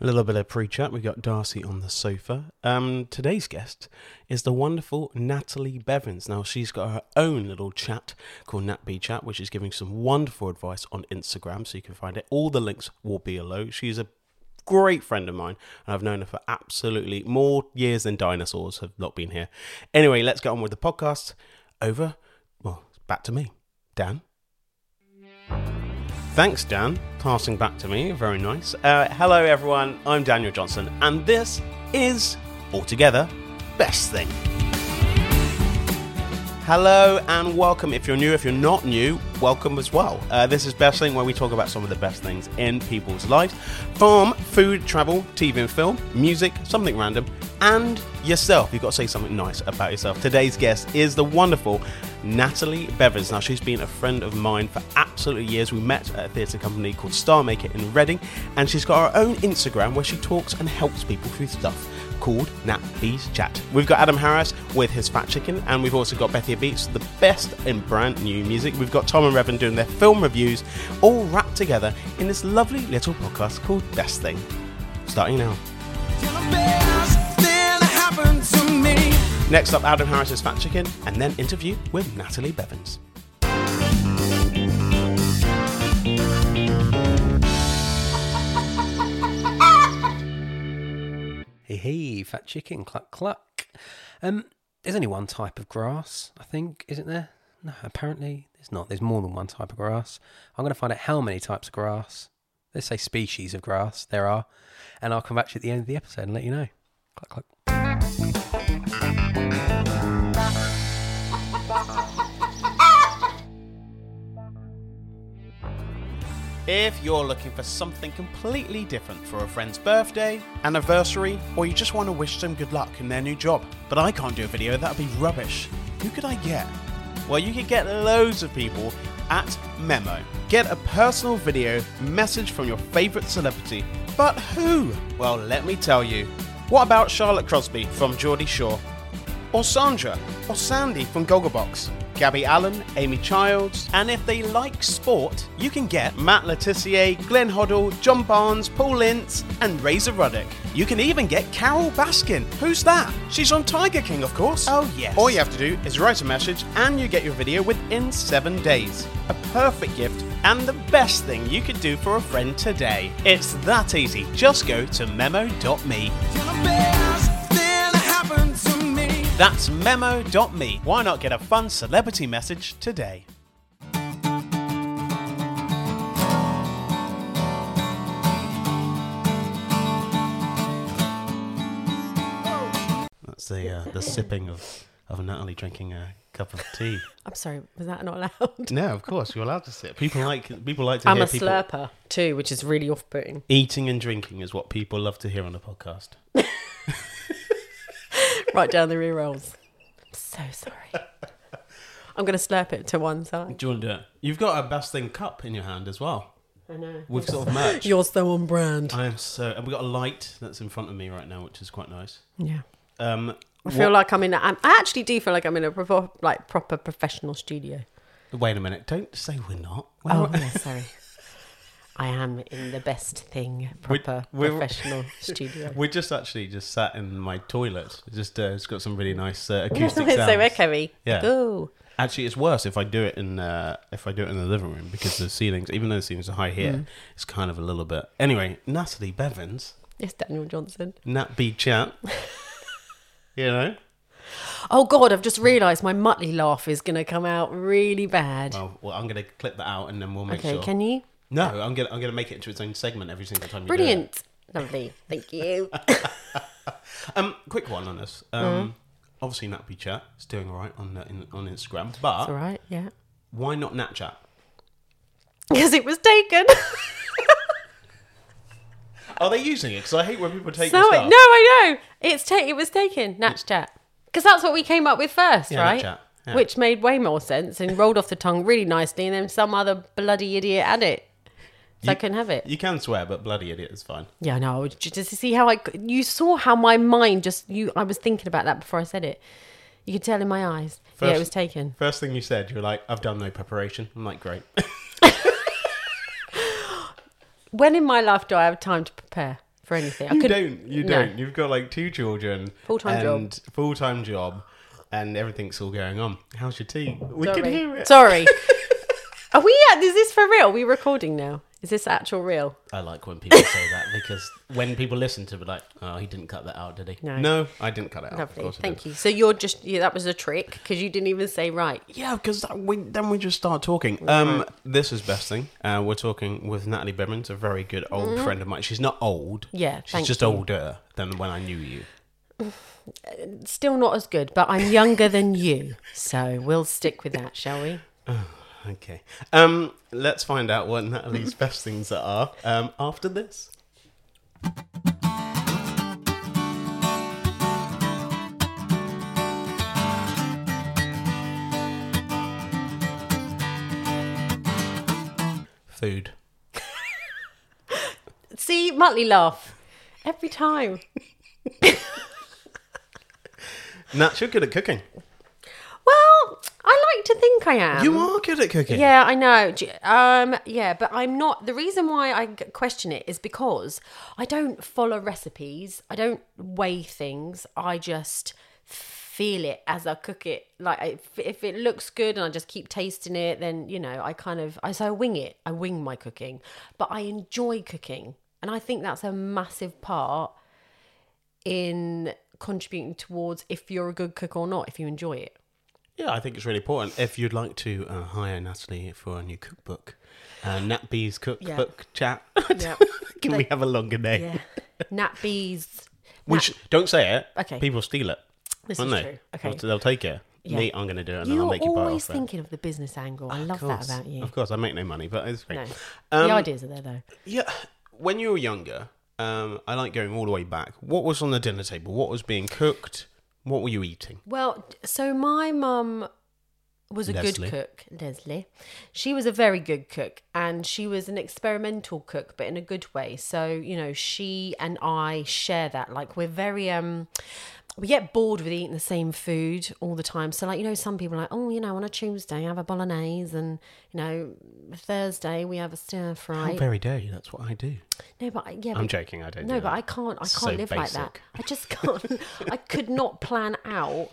A little bit of pre-chat. We got Darcy on the sofa. Um, today's guest is the wonderful Natalie Bevins. Now she's got her own little chat called Nat B Chat, which is giving some wonderful advice on Instagram. So you can find it. All the links will be below. She's a great friend of mine, and I've known her for absolutely more years than dinosaurs have not been here. Anyway, let's get on with the podcast. Over. Well, back to me, Dan. Thanks, Dan. Passing back to me. Very nice. Uh, hello, everyone. I'm Daniel Johnson, and this is Altogether Best Thing. Hello and welcome. If you're new, if you're not new, welcome as well. Uh, this is Best Thing, where we talk about some of the best things in people's lives farm, food, travel, TV and film, music, something random, and yourself. You've got to say something nice about yourself. Today's guest is the wonderful Natalie Bevers. Now, she's been a friend of mine for absolutely years. We met at a theatre company called Star Maker in Reading, and she's got her own Instagram where she talks and helps people through stuff called Nat Bees Chat. We've got Adam Harris with his Fat Chicken, and we've also got Bethia Beats, the best in brand new music. We've got Tom and Revan doing their film reviews, all wrapped together in this lovely little podcast called Best Thing. Starting now. Next up, Adam Harris's Fat Chicken, and then interview with Natalie Bevins. Hey, hey, fat chicken, cluck, cluck. Um, there's only one type of grass, I think, isn't there? No, apparently there's not. There's more than one type of grass. I'm going to find out how many types of grass. Let's say species of grass there are, and I'll come back to you at the end of the episode and let you know. Cluck, cluck. If you're looking for something completely different for a friend's birthday, anniversary, or you just want to wish them good luck in their new job, but I can't do a video, that'd be rubbish. Who could I get? Well, you could get loads of people at Memo. Get a personal video message from your favourite celebrity. But who? Well, let me tell you. What about Charlotte Crosby from Geordie Shore? or Sandra, or Sandy from Gogglebox, Gabby Allen, Amy Childs, and if they like sport, you can get Matt Letitia, Glenn Hoddle, John Barnes, Paul Lintz, and Razor Ruddock. You can even get Carol Baskin. Who's that? She's on Tiger King, of course. Oh, yes. All you have to do is write a message, and you get your video within seven days. A perfect gift and the best thing you could do for a friend today. It's that easy. Just go to memo.me. That's memo.me. Why not get a fun celebrity message today? That's the uh, the sipping of of Natalie drinking a cup of tea. I'm sorry, was that not allowed? no, of course you're allowed to sip. People like people like to I'm hear a people slurper too, which is really off putting. eating and drinking is what people love to hear on a podcast. Right down the rear rolls. I'm so sorry. I'm going to slurp it to one side. Do you want to do it? You've got a best thing cup in your hand as well. I know. With sort of merch. You're so on brand. I am so. And we got a light that's in front of me right now, which is quite nice. Yeah. Um, I feel like I'm in. A, I'm, I actually do feel like I'm in a proper, like proper professional studio. wait a minute. Don't say we're not. We're Oh, not- yeah, sorry. I am in the best thing, proper we're- professional studio. We're just actually just sat in my toilet. It's Just uh, it's got some really nice uh, it's so acoustic sounds. echoey. Yeah. Ooh. Actually, it's worse if I do it in uh, if I do it in the living room because the ceilings, even though the ceilings are high here, Mm. it's kind of a little bit. Anyway, Natalie Bevins, Yes, Daniel Johnson. Nat B chat. you know, Oh God, I've just realised my Muttley laugh is going to come out really bad. well, well, I'm gonna clip that out and then we'll make okay, sure. can you? no, I'm gonna I'm gonna make it into its own segment every single time. you do it. Brilliant. Lovely. Thank you. Um, quick one on us. Mm-hmm. Um, obviously Nat B chat is doing all right on uh, in, on Instagram, but All right, yeah. why not Nat chat? Because it was taken. Are they using it? Because I hate when people take so this no, stuff. I know. It's ta- it was taken, Natchat. Because that's what we came up with first, Yeah, right? Natchat, yeah. Which made way more sense and rolled off the tongue really nicely and then some other bloody idiot had it. So I couldn't have it. You can swear, but bloody idiot is fine. yeah, no, I was ju- just to see how I c- you saw how my mind just you I was thinking about that before I said it. You could tell in my eyes. yeah, First- it was taken. First thing you said, you were like, I've done no preparation. I'm like, great. When in my life do I have time to prepare for anything. You I could don't. You no. don't. You've got like two children, Full-time job. and full time job, and everything's all going on. How's your tea? We Sorry. can hear it. Sorry. Are we at, is this for real? Are we recording now? Is this actual real? I like when people say that because when people listen to, it, like, oh, he didn't cut that out, did he? No. I didn't cut it out. Lovely. Thank you. So you're just yeah, that was a trick because you didn't even say right. Yeah, because we, then we just start talking. Um, this is best thing. Uh, we're talking with Natalie Bevins, a very good old friend of mine. She's not old. Mm-hmm. Yeah, she's thank just you. older than when I knew you. Still not as good, but I'm younger than you, so we'll stick with that, shall we? Okay. Um, let's find out what Natalie's best things are um, after this. Food. See, Muttley laugh every time. Nat, you're good at cooking. Well, I like to think I am. you are good at cooking. Yeah, I know. Do you- Um, yeah, but I'm not. The reason why I g- question it is because I don't follow recipes. I don't weigh things. I just feel it as I cook it. Like if, if it looks good and I just keep tasting it, then you know I kind of I so I wing it. I wing my cooking, but I enjoy cooking, and I think that's a massive part in contributing towards if you're a good cook or not, if you enjoy it. Yeah, I think it's really important. If you'd like to uh, hire Natalie for a new cookbook, uh, Nat B's cookbook chat, Yeah. can we have a longer name? Yeah. Nat Bees. We sh- don't say it. Okay. People steal it. This won't is they? true. Okay. They'll, they'll take it. Yeah. Me, I'm going to do it, and then I'll You're make you buy always off it. thinking of the business angle. I love Of that course. about you. Of course, I make no money, but it's great. No. Um, the ideas are there though. Yeah. When you were younger, um, I like going all the way back. What was on the dinner table? What was being cooked? What were you eating? Well, so my mum was a Leslie. good cook, Leslie. She was a very good cook and she was an experimental cook but in a good way. So, you know, she and I share that like we're very um we get bored with eating the same food all the time. So like, you know, some people are like, "Oh, you know, on a Tuesday I have a bolognese and, you know, Thursday we have a stir How fry." very dare you? That's what I do. no, but I- yeah, I'm but joking. I don't. No, do but that. I can't. I can't So live like that. basic. I just can't. I could not plan out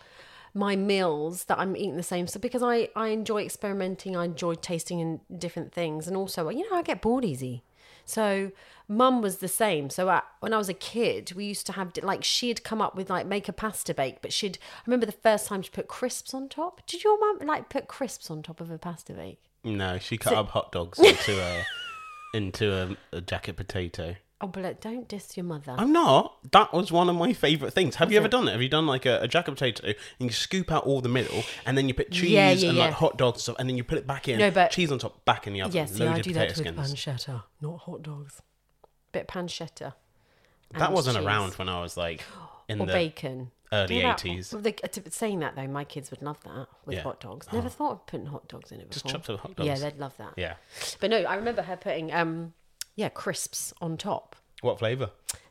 my meals that I'm eating the same stuff because I I enjoy experimenting. I enjoy tasting in different things, and also you know I get bored easy. So mum was the same. So I, when I was a kid, we used to have di- like she'd come up with like make a pasta bake, but she'd I remember the first time she put crisps on top. Did your mum like put crisps on top of a pasta bake? No, she cut up hot dogs into a into a, a jacket potato. Oh, but don't diss your mother. I'm not. That was one of my favourite things. Have you ever done it? Have you done like a, a jacket potato and you scoop out all the middle and then you put cheese Yeah, yeah, and like yeah. hot dogs and stuff and then you put it back in. No, but- cheese on top, back in the oven. Yes, yeah, I loaded do potato that with skins. pancetta, not hot dogs. Bit pancetta. That and wasn't cheese. around when I was like in Or the bacon. early Do that- 80s. well, they- uh, to- saying that though, my kids would love that with Yeah. Uh-huh. hot dogs. Never thought of putting hot dogs in it Just before. chopped up hot Yeah, dogs. they'd love that. yeah. But no, I remember her putting um, yeah, crisps on top. What flavour?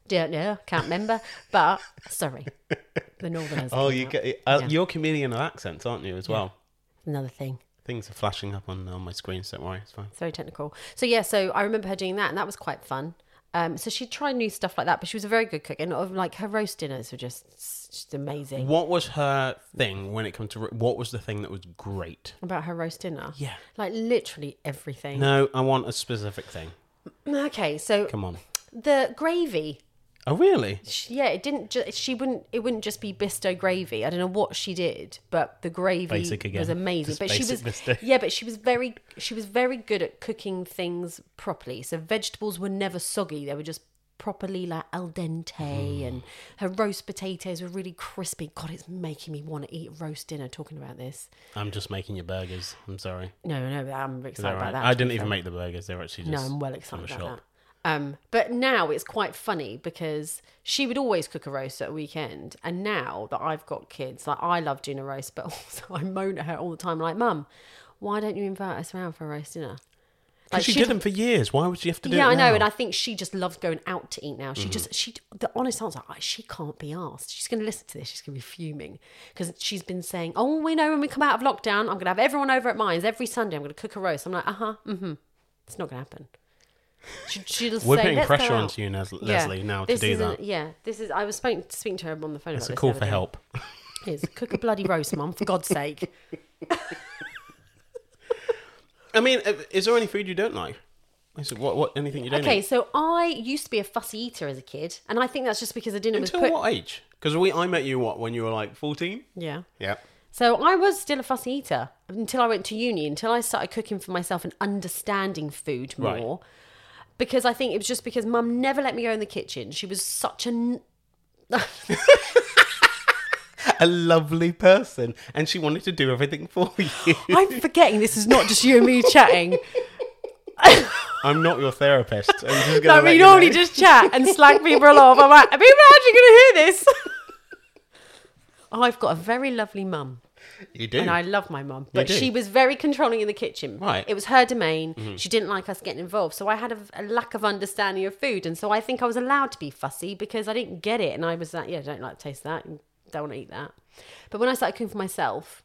Don't know, can't remember. But sorry, the Northerners. Oh, came you out. get uh, Yeah. you're comedian of accents, aren't you as well? another thing. Things are flashing up on, on my screen. So don't worry, it's fine. It's very technical. So yeah, so I remember her doing that, and that was quite fun. Um, so she tried new stuff like that, but she was a very good cook, and of like her roast dinners were just, just amazing. What was her thing when it comes to what was the thing that was great? About her roast dinner, Yeah. like literally everything. No, I want a specific thing. Okay, so Come on. the gravy, Oh, really? she, yeah, it didn't. Ju- she wouldn't. It wouldn't just be Bisto gravy. I don't know what she did, but the gravy Basic again. was amazing. Just but she was basic Bisto. yeah, but she was very she was very good at cooking things properly. So vegetables were never soggy; they were just properly like al dente, Hmm. and her roast potatoes were really crispy. God, it's making me want to eat roast dinner. Talking about this, I'm just making your burgers. I'm sorry. no, no, I'm Is that excited right? about that. I to be didn't even fair. make the burgers. They were actually No, just. I'm well excited about shop. that. Um, but now it's quite funny because she would always cook a roast at a weekend, and now that I've got kids, like I love doing a roast, but also I moan at her all the time, like, "Mum, why don't you invite us around for a roast dinner?" 'Cause she she'd- did them for years. Why would she have to do yeah, it? I know, now? and I think she just loves going out to eat now. She just she the honest answer, I- she can't be asked. She's going to listen to this. She's going to be fuming because she's been saying, "Oh, we know when we come out of lockdown, "Uh-huh, mm-hmm. I'm going to have everyone over at mine's every Sunday. I'm going to cook a roast." I'm like, "Uh huh, mm hmm." It's not going to happen. She, she'll We're say, putting "Let's go pressure out." onto you, Nes- Leslie, now to this do isn't- that. Yeah, this is. I was speaking, speaking to her on the phone. It's about a this call the for other day. help. It is. Cook a bloody roast, mum, for God's sake. I mean, uh, is there any food you don't like? I said, what, what, anything you don't Okay, eat? so I used to be a fussy eater as a kid, and I think that's just because I didn't was Until put. what age? Because we, I met you, what, when you were like 14? Yeah. Yeah. So I was still a fussy eater until I went to uni, until I started cooking for myself and understanding food Right. more. Because I think it was just because mum never let me go in the kitchen. She was such an A lovely person. And she wanted to do everything for you. I'm forgetting this is not just you and me chatting. I'm not your therapist. I'm just gonna No, let we you normally know. just chat and slack people off. I'm like, are people actually going to hear this? I've got a very lovely mum. You do. and I love my mum, but do. she was very controlling in the kitchen. Right. Mm-hmm. It was her domain. She didn't like us getting involved. So I had a, a lack of understanding of food. And so I think I was allowed to be fussy because I didn't get it. And I was like, yeah, I don't like the taste of that. Don't want to eat that. But when I started cooking for myself,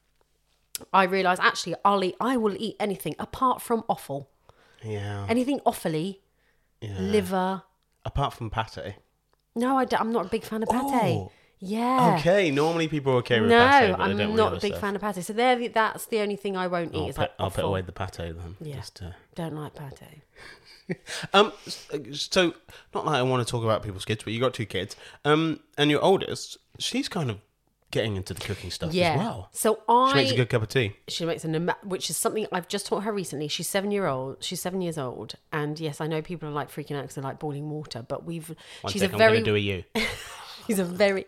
I realised actually, I'll eat, I will eat anything apart from offal. yeah. Anything offally, yeah. liver. Apart from pate. No, I am not a big fan of pate. Oh. Yeah. Okay, normally people are okay with No, pate, but I'm they don't with not other a big stuff. fan of pate. So there, the- that's the only thing I won't eat. I'll, is put, like I'll put offal. away the pate then. Yeah. Just, uh, Don't like pate. Um, s- uh, so not that I want to talk about people's kids, but you got two kids. Um, and your oldest, she's kind of getting into the cooking stuff Yeah. as well. So I She makes a good cup of tea. she makes an ama- which is something I've just taught her recently. She's seven year old. She's seven years old, and yes, I know people are like freaking out because they like boiling water, but we've One she's sec, a I'm very gonna do a you. she's a very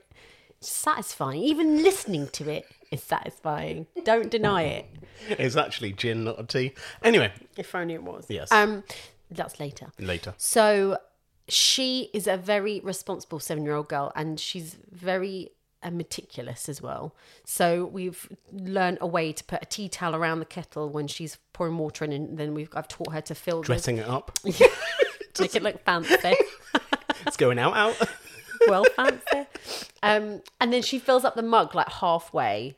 satisfying. Even listening to it is satisfying. Don't deny it. it's actually gin, not a tea. Anyway, If only it was. Yes. Um, that's later. later. So she is a very responsible seven year old girl and she's very uh, meticulous as well. So we've learned a way to put a tea towel around the kettle when she's pouring water in, and then we've I've taught her to fill the Dressing it up. make it look fancy. It's going out, out. well fancy. Um, and then she fills up the mug like halfway.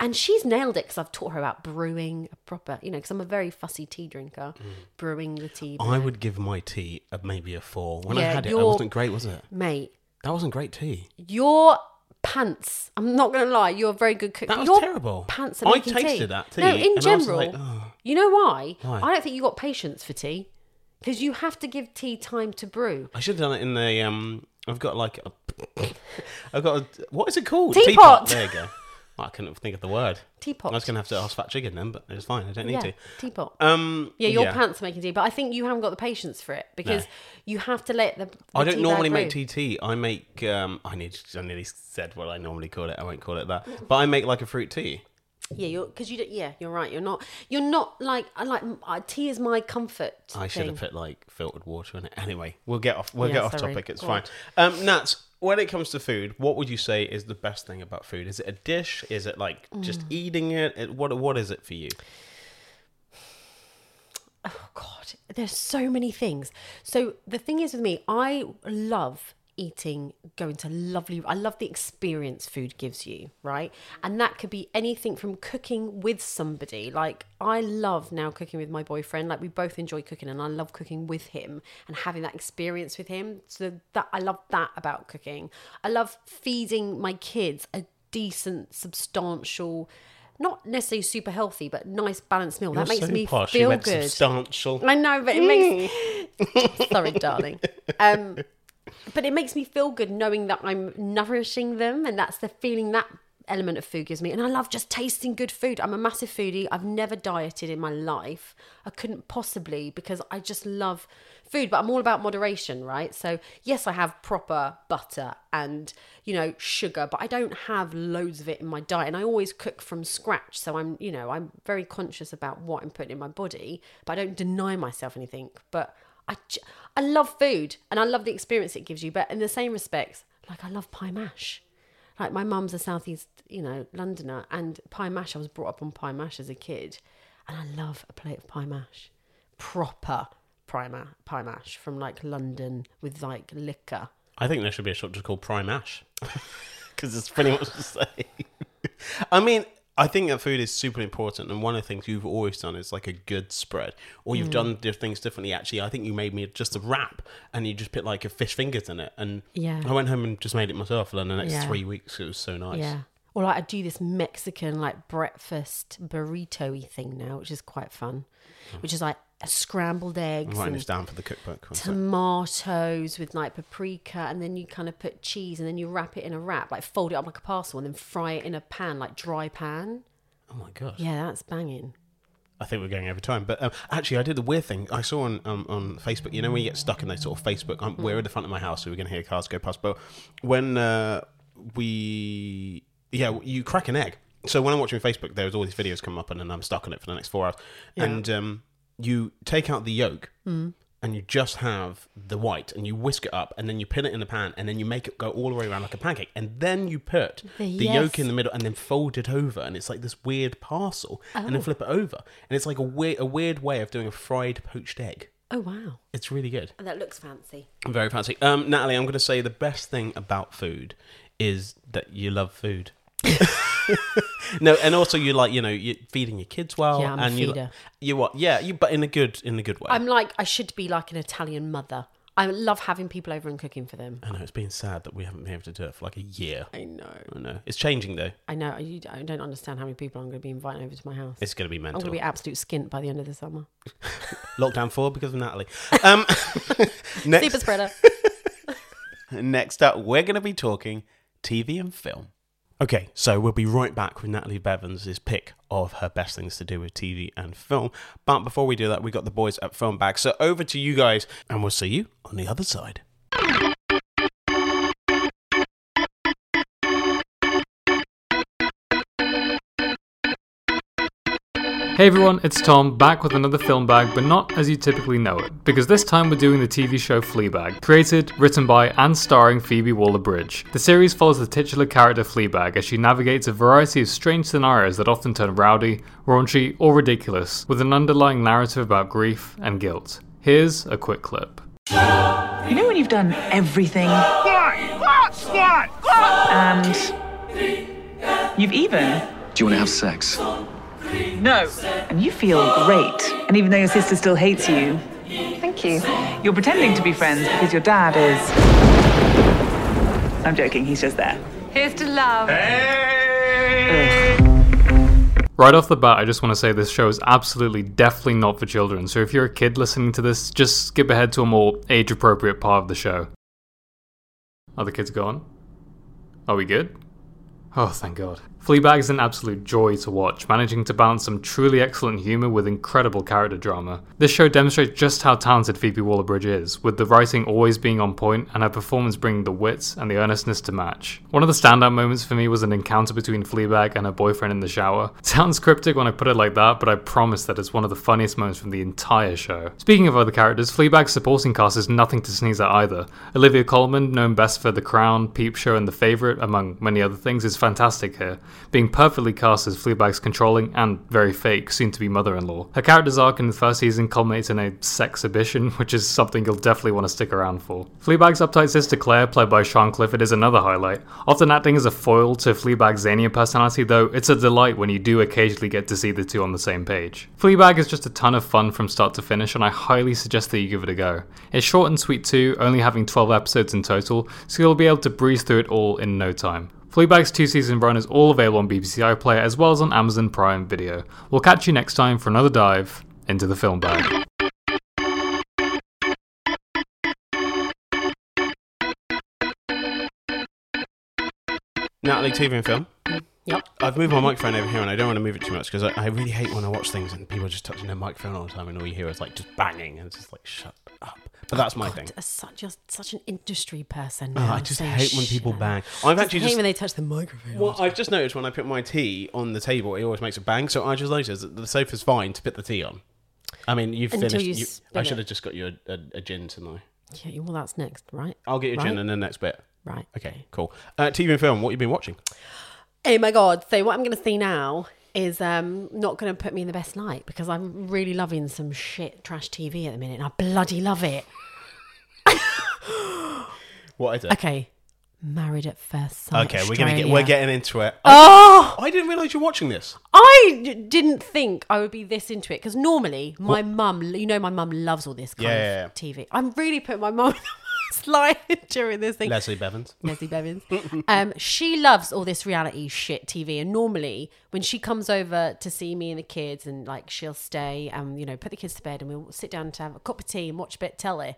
And she's nailed it because I've taught her about brewing a proper, you know, because I'm a very fussy tea drinker, brewing the tea. I would give my tea a, maybe a four. When I Yeah, had it, that your- wasn't great, was it? Mate, That wasn't great tea. your pants. I'm not gonna lie, you're a very good cook. That was your terrible. Pants are I making tasted tea. that tea. No, in and I was general, like, "Oh." you know why? Why? I don't think you got patience for tea because you have to give tea time to brew. I should have done it in the um. I've got like a. I've got a. What is it called? Teapot. There you go. I couldn't think of the word. Teapot. I was going to have to ask Fat Chicken then, but it's fine. I don't need yeah, to. teapot. Um. yeah, your pants are making tea, but I think you haven't got the patience for it because you have to let the. the I don't tea normally bag make brew. tea tea. I make. Um. I need. I nearly said what I normally call it. I won't call it that. But I make like a fruit tea. Yeah, you're because you. Don't, yeah, you're right. You're not. You're not like I like uh, tea is my comfort. I should have thing. put like filtered water in it. Anyway, we'll get off. We'll Yeah, get off sorry. topic. It's God. fine. Um, Nats, when it comes to food, what would you say is the best thing about food? Is it a dish? Is it like just Mm. eating it? It- What What is it for you? Oh God, there's so many things. So the thing is with me, I love eating, going to lovely. I love the experience food gives you, right? And that could be anything from cooking with somebody. Like I love now cooking with my boyfriend. Like we both enjoy cooking, and I love cooking with him and having that experience with him. So that I love that about cooking. I love feeding my kids a decent, substantial. Not necessarily super healthy, but nice balanced meal. You're that makes so me posh. you feel went good. Substantial. I know, but it makes sorry, darling. Um, but it makes me feel good knowing that I'm nourishing them, and that's the feeling that element of food gives me. And I love just tasting good food. I'm a massive foodie. I've never dieted in my life. I couldn't possibly because I just love food. But I'm all about moderation, right? So yes, I have proper butter and you know sugar, but I don't have loads of it in my diet. And I always cook from scratch, so I'm you know I'm very conscious about what I'm putting in my body, but I don't deny myself anything. But I, j- I love food and I love the experience it gives you. But in the same respects, like I love pie mash. Like my mum's a southeast, you know, Londoner, and pie mash. I was brought up on pie mash as a kid, and I love a plate of pie mash, proper pie ma- pie mash from like London with like liquor. I think there should be a shop just called Prime Ash because it's pretty much the same. I mean, I think that food is super important, and one of the things you've always done is like a good spread, or Mm. you've done di- things differently. Actually, I think you made me just a wrap, and you just put like a fish fingers in it, and Yeah. I went home and just made it myself. And then the next Yeah. three weeks, it was so nice. Yeah. Or like I do this Mexican like breakfast burrito y thing now, which is quite fun. Which is like a scrambled I'm eggs writing and this down for the cookbook. one sec. tomatoes with like paprika and then you kind of put cheese and then you wrap it in a wrap, like fold it up like a parcel and then fry it in a pan, like dry pan. Oh my god! Yeah, that's banging. I think we're going over time, but um, actually, I did the weird thing. I saw on um, on Facebook. You know, when you get stuck in those sort of Facebook, um, we're at the front of my house, so we're going to hear cars go past. But when uh, we, yeah, you crack an egg. So when I'm watching Facebook, there's all these videos come up, and then I'm stuck on it for the next four hours. And um, you take out the yolk. And you just have the white, and you whisk it up, and then you pin it in the pan, and then you make it go all the way around like a pancake, and then you put the, yolk yes. in the middle and then fold it over and it's like this weird parcel Oh. and then flip it over and it's like a weird a weird way of doing a fried poached egg Oh wow. it's really good And that looks fancy. very fancy um natalie i'm going to say the best thing about food is that you love food no and also you like you know you're feeding your kids well Yeah, I'm a and you feeder. you what yeah you but in a good in a good way I'm like I should be like an Italian mother. I love having people over and cooking for them. i know it's been sad that we haven't been able to do it for like a year I know. i know it's changing though I know. You- I don't understand how many people I'm going to be inviting over to my house. it's going to be I'm mental going to be absolute skint by the end of the summer. lockdown four because of natalie um next Super spreader. Next up, we're going to be talking TV and film. Okay, so we'll be right back with Natalie Bevans' pick of her best things to do with TV and film. But before we do that, we got the boys at Film Bag. So over to you guys, and we'll see you on the other side. Hey everyone, it's Tom back with another film bag, but not as you typically know it, because this time we're doing the TV show Fleabag, created, written by, and starring Phoebe Waller Bridge. The series follows the titular character Fleabag as she navigates a variety of strange scenarios that often turn rowdy, raunchy, or ridiculous, with an underlying narrative about grief and guilt. Here's a quick clip. You know when you've done everything? And you've even. Do you want to have sex? No. And you feel great. And even though your sister still hates you. Thank you. You're pretending to be friends because your dad is. I'm joking, he's just there. Right off the bat, I just want to say this show is absolutely definitely not for children, so if you're a kid listening to this, just skip ahead to a more age appropriate part of the show. Are the kids gone? Are we good? Oh, thank God. Fleabag's an absolute joy to watch, managing to balance some truly excellent humour with incredible character drama. This show demonstrates just how talented Phoebe Waller Bridge is, with the writing always being on point and her performance bringing the wit and the earnestness to match. One of the standout moments for me was an encounter between Fleabag and her boyfriend in the shower. Sounds cryptic when I put it like that, but I promise that it's one of the funniest moments from the entire show. Speaking of other characters, Fleabag's supporting cast is nothing to sneeze at either. Olivia Colman, known best for The Crown, Peep Show, and The Favourite, among many other things, is fantastic here, being perfectly cast as Fleabag's controlling and very fake soon-to-be mother-in-law. Her character's arc in the first season culminates in a sexhibition, which is something you'll definitely want to stick around for. Fleabag's uptight sister Claire, played by Sean Clifford, is another highlight. Often acting as a foil to Fleabag's zanier personality, though, it's a delight when you do occasionally get to see the two on the same page. Fleabag is just a ton of fun from start to finish, and I highly suggest that you give it a go. It's short and sweet too, only having 12 episodes in total, so you'll be able to breeze through it all in no time. Fleabag's two season run is all available on BBC iPlayer as well as on Amazon Prime Video. We'll catch you next time for another dive into the film bag. Natalie, TV and film. Yep. I've moved my microphone over here and I don't want to move it too much because I, I really hate when I watch things and people are just touching their microphone all the time and all you hear is like just banging and it's just like, shut up. But that's my thing. God, such a, such an industry person. Oh, now, I just saying hate when shit people like bang. that. I've Just actually hate just when they touch the microphone. Well, I've just noticed when I put my tea on the table, it always makes a bang. So I just noticed that the sofa's fine to put the tea on. I mean, you've Until finished. you you- spill I should it. have just got you a, a, a gin tonight. yeah, well, that's next, right? I'll get you a gin Right. in the next bit. Right. Okay, cool. Uh, TV and film. What you been watching? Oh my god! So what I'm going to see now is um not going to put me in the best light because I'm really loving some shit trash TV at the minute. and I bloody love it. What is it? Okay, Married at first sight. Okay, we're gonna get we're Australia. getting into it. I, Oh, I didn't realize you're watching this. I d- didn't think I would be this into it because normally my mum, you know, my mum loves all this kind Yeah, yeah, yeah. of TV. I'm really putting my mum on the slide during this thing. Leslie Bevins. Leslie Bevins. um, she loves all this reality shit TV. And normally, when she comes over to see me and the kids, and like she'll stay and you know put the kids to bed, and we'll sit down to have a cup of tea and watch a bit of telly.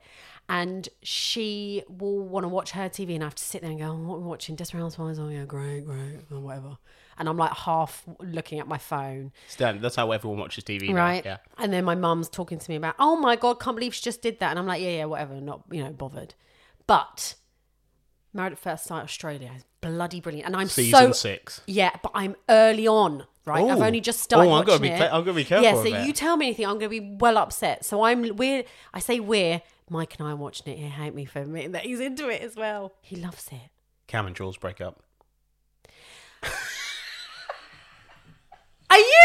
And she will want to watch her TV, and I have to sit there and go, oh, "What are we watching? Desperate Housewives? Oh yeah, great, great, or whatever." And I'm like half looking at my phone, Stan, that's how everyone watches TV. now, right? Yeah. And then my mum's talking to me about, oh my God, can't believe she just did that. And I'm like, yeah, yeah, whatever, not, you know, bothered. But Married at First Sight Australia is bloody brilliant. And I'm Season so. six. Yeah, but I'm early on, right? I've Ooh. only just started. Oh, I've watching gotta be it. ca- I've gotta be careful Yeah, so of it. you tell me anything, I'm going to be well upset. So I'm, we're, I say we're, Mike and I are watching it. He hate me for admitting that he's into it as well. He loves it. Cam and Jules break up. Are you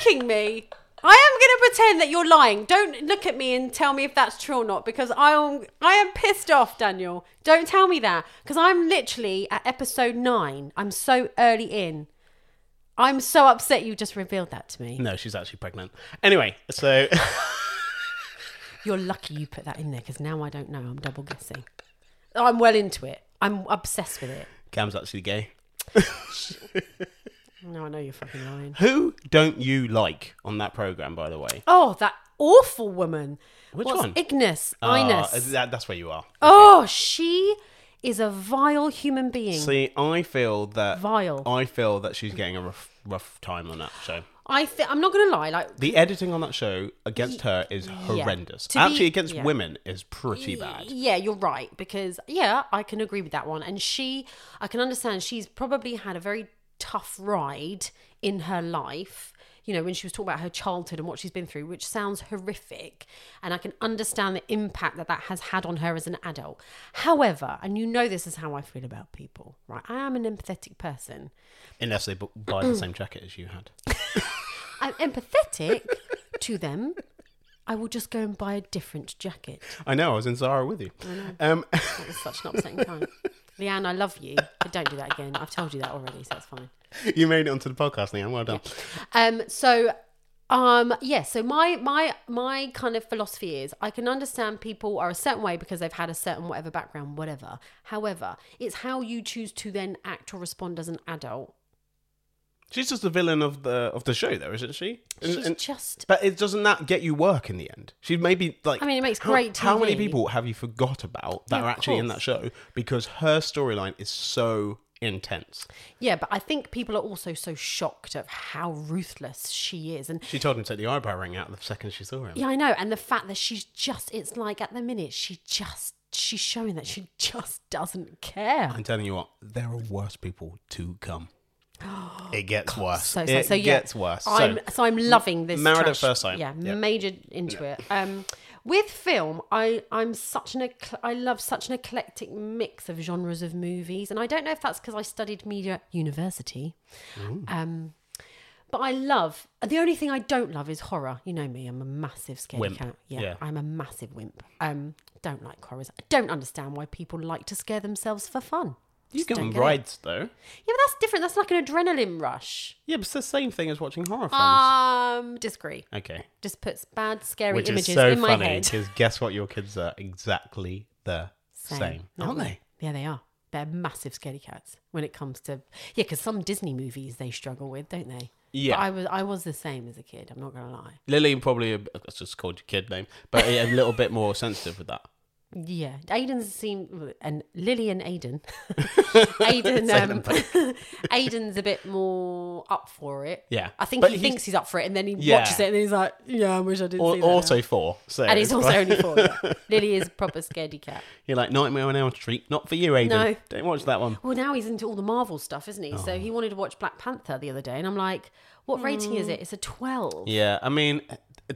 joking me? I am going to pretend that you're lying. Don't look at me and tell me if that's true or not because I am I am pissed off, Daniel. Don't tell me that because I'm literally at episode 9. I'm so early in. I'm so upset you just revealed that to me. No, she's actually pregnant. Anyway, so You're lucky you put that in there because now I don't know. I'm double guessing. I'm well into it. I'm obsessed with it. Cam's actually gay. No, I know you're fucking lying. Who don't you like on that program, by the way? Oh, that awful woman. Which What's one? Ignis. Ah, Ines. that, that's where you are. Oh, she is a vile human being. See, I feel that Vile. I feel that she's getting a rough, rough time on that show. I th- I'm not gonna lie, like The editing on that show against her is horrendous. To be- Actually, against yeah. E- women is pretty bad. yeah, you're right because yeah, I can agree with that one. And she, I can understand she's probably had a very tough ride in her life. You know, when she was talking about her childhood and what she's been through, which sounds horrific, and I can understand the impact that that has had on her as an adult. However, and you know this is how I feel about people, right? I am an empathetic person. Unless they bu- buy the same jacket as you had. I'm empathetic to them. I will just go and buy a different jacket. I know. I was in Zara with you. Um, That was such an upsetting time. Leanne, I love you, but don't do that again. I've told you that already, so it's fine. you made it onto the podcast, Liam. Well done. Um, so, um, yeah. So my my my kind of philosophy is I can understand people are a certain way because they've had a certain whatever background, whatever. However, it's how you choose to then act or respond as an adult. She's just the villain of the of the show, though, isn't she? And- She's and- just But it doesn't that get you work in the end? She maybe like. I mean, it makes how, great How many TV. people have you forgot about that Yeah, are of actually in that course. show because her storyline is so intense? yeah. But I think people are also so shocked of how ruthless she is, and She told him to take the eyebrow ring out the second she saw him. Yeah, I know. And the fact that she's just, it's like at the minute, she just, she's showing that she just doesn't care. I'm telling you what, there are worse people to come. It gets worse. So, so, it so, yeah, gets worse. I'm, so, so, I'm loving this. Married at trash- First Sight. Yeah, Yeah. major into it. Um, with film, I I'm such an ec- I love such an eclectic mix of genres of movies, and I don't know if that's because I studied media at university. Um, but I love the only thing I don't love is horror. You know me; I'm a massive scaredy Wimp. cat. Yeah. I'm a massive wimp. Um, don't like horrors. I don't understand why people like to scare themselves for fun. you Just go don't on get it. rides though. Yeah, but that's different. That's like an adrenaline rush. Yeah, but it's the same thing as watching horror films. Um, disagree. okay, Just puts bad, scary which is images so in my funny head. because guess what? Your kids are exactly the same, No, aren't they? Yeah, they are. They're massive scaredy cats when it comes to yeah, because some Disney movies they struggle with, don't they? Yeah. But I was I was the same as a kid. I'm not gonna lie. Lily probably a, that's just called your kid name, but a little bit more sensitive with that. Yeah, Aiden's seem and Lily and Aiden. Aiden, um, Aiden's a bit more up for it. Yeah. I think But he he's- thinks he's up for it, and then he Yeah. watches it, and he's like, "Yeah, I wish I didn't." Or, see that. also four, so and he's it's also like- only four. yeah. Lily is a proper scaredy cat. you're like Nightmare on Elm Street, not for you, Aiden. No. Don't watch that one. Well, now he's into all the Marvel stuff, isn't he? So he Oh. wanted to watch Black Panther the other day, and I'm like, "What rating is it? It's a 12." Hmm. Yeah, I mean,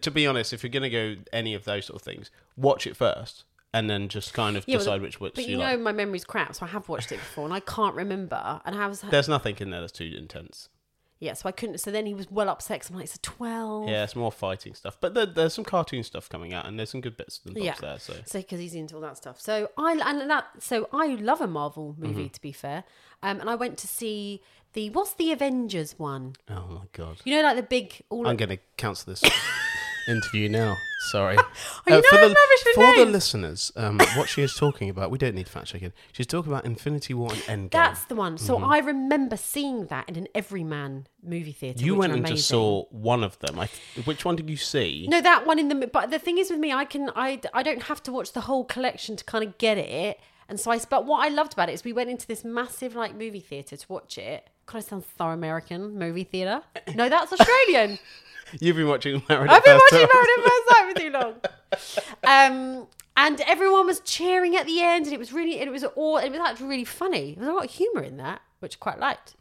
to be honest, if you're gonna go any of those sort of things, watch it first, and then just kind of Yeah, but- decide which which But you, you know, like. my memory's crap, so I have watched it before, and I can't remember. And I was There's nothing in there that's too intense. Yeah, so I couldn't. So then he was well upset. 'cause I'm like, it's a twelve. Yeah, it's more fighting stuff, but there, there's some cartoon stuff coming out, and there's some good bits and bobs there. So because he's into all that stuff. So I and that so I love a Marvel movie Mm-hmm. to be fair. Um, and I went to see the what's the Avengers one? oh my god, You know, like the big all. I'm going to cancel this interview now. Sorry. Uh, for you know the, I'm rubbish with for the names. listeners, um, what she is talking about, we don't need fact checking. She's talking about Infinity War and Endgame. that's the one. So Mm-hmm. I remember seeing that in an Everyman movie theater. you which went are and just amazing. saw one of them. I, which one did you see? No, that one in the. But the thing is with me, I can I I don't have to watch the whole collection to kind of get it. And so I. But what I loved about it is we went into this massive like movie theater to watch it. God, I sound so American. Movie theater. No, that's Australian. You've been watching Married I've at been First watching Sight. Married at First Sight for too long. Um, and everyone was cheering at the end, and it was really, it was all, it was actually really funny. There was a lot of humour in that, which I quite liked.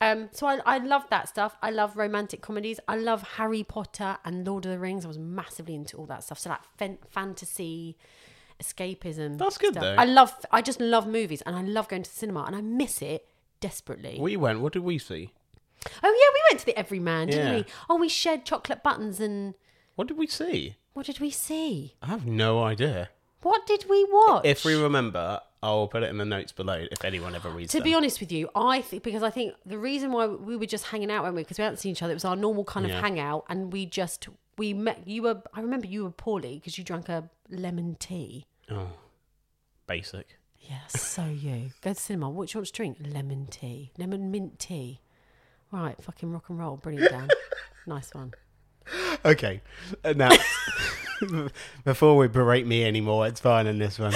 Um, so I, I love that stuff. I love romantic comedies. I love Harry Potter and Lord of the Rings. I was massively into all that stuff. So like fan- fantasy, escapism. That's good, stuff. though. I love, I just love movies, and I love going to the cinema, and I miss it desperately. We went. What did we see? oh yeah, we went to the Everyman, didn't Yeah. we? Oh, we shared chocolate buttons and. What did we see? What did we see? I have no idea. What did we watch? If we remember, I'll put it in the notes below. If anyone ever reads to them. be honest with you, I think because I think the reason why we were just hanging out, weren't we? Because we hadn't seen each other. It was our normal kind of Yeah. hangout, and we just we met. You were. I remember you were poorly because you drank a lemon tea. oh, basic. Yeah, so you go to the cinema. What do you want to drink? Lemon tea, lemon mint tea. Right, fucking rock and roll, brilliant, Dan. nice one. Okay, uh, now before we berate me anymore, it's fine in this one.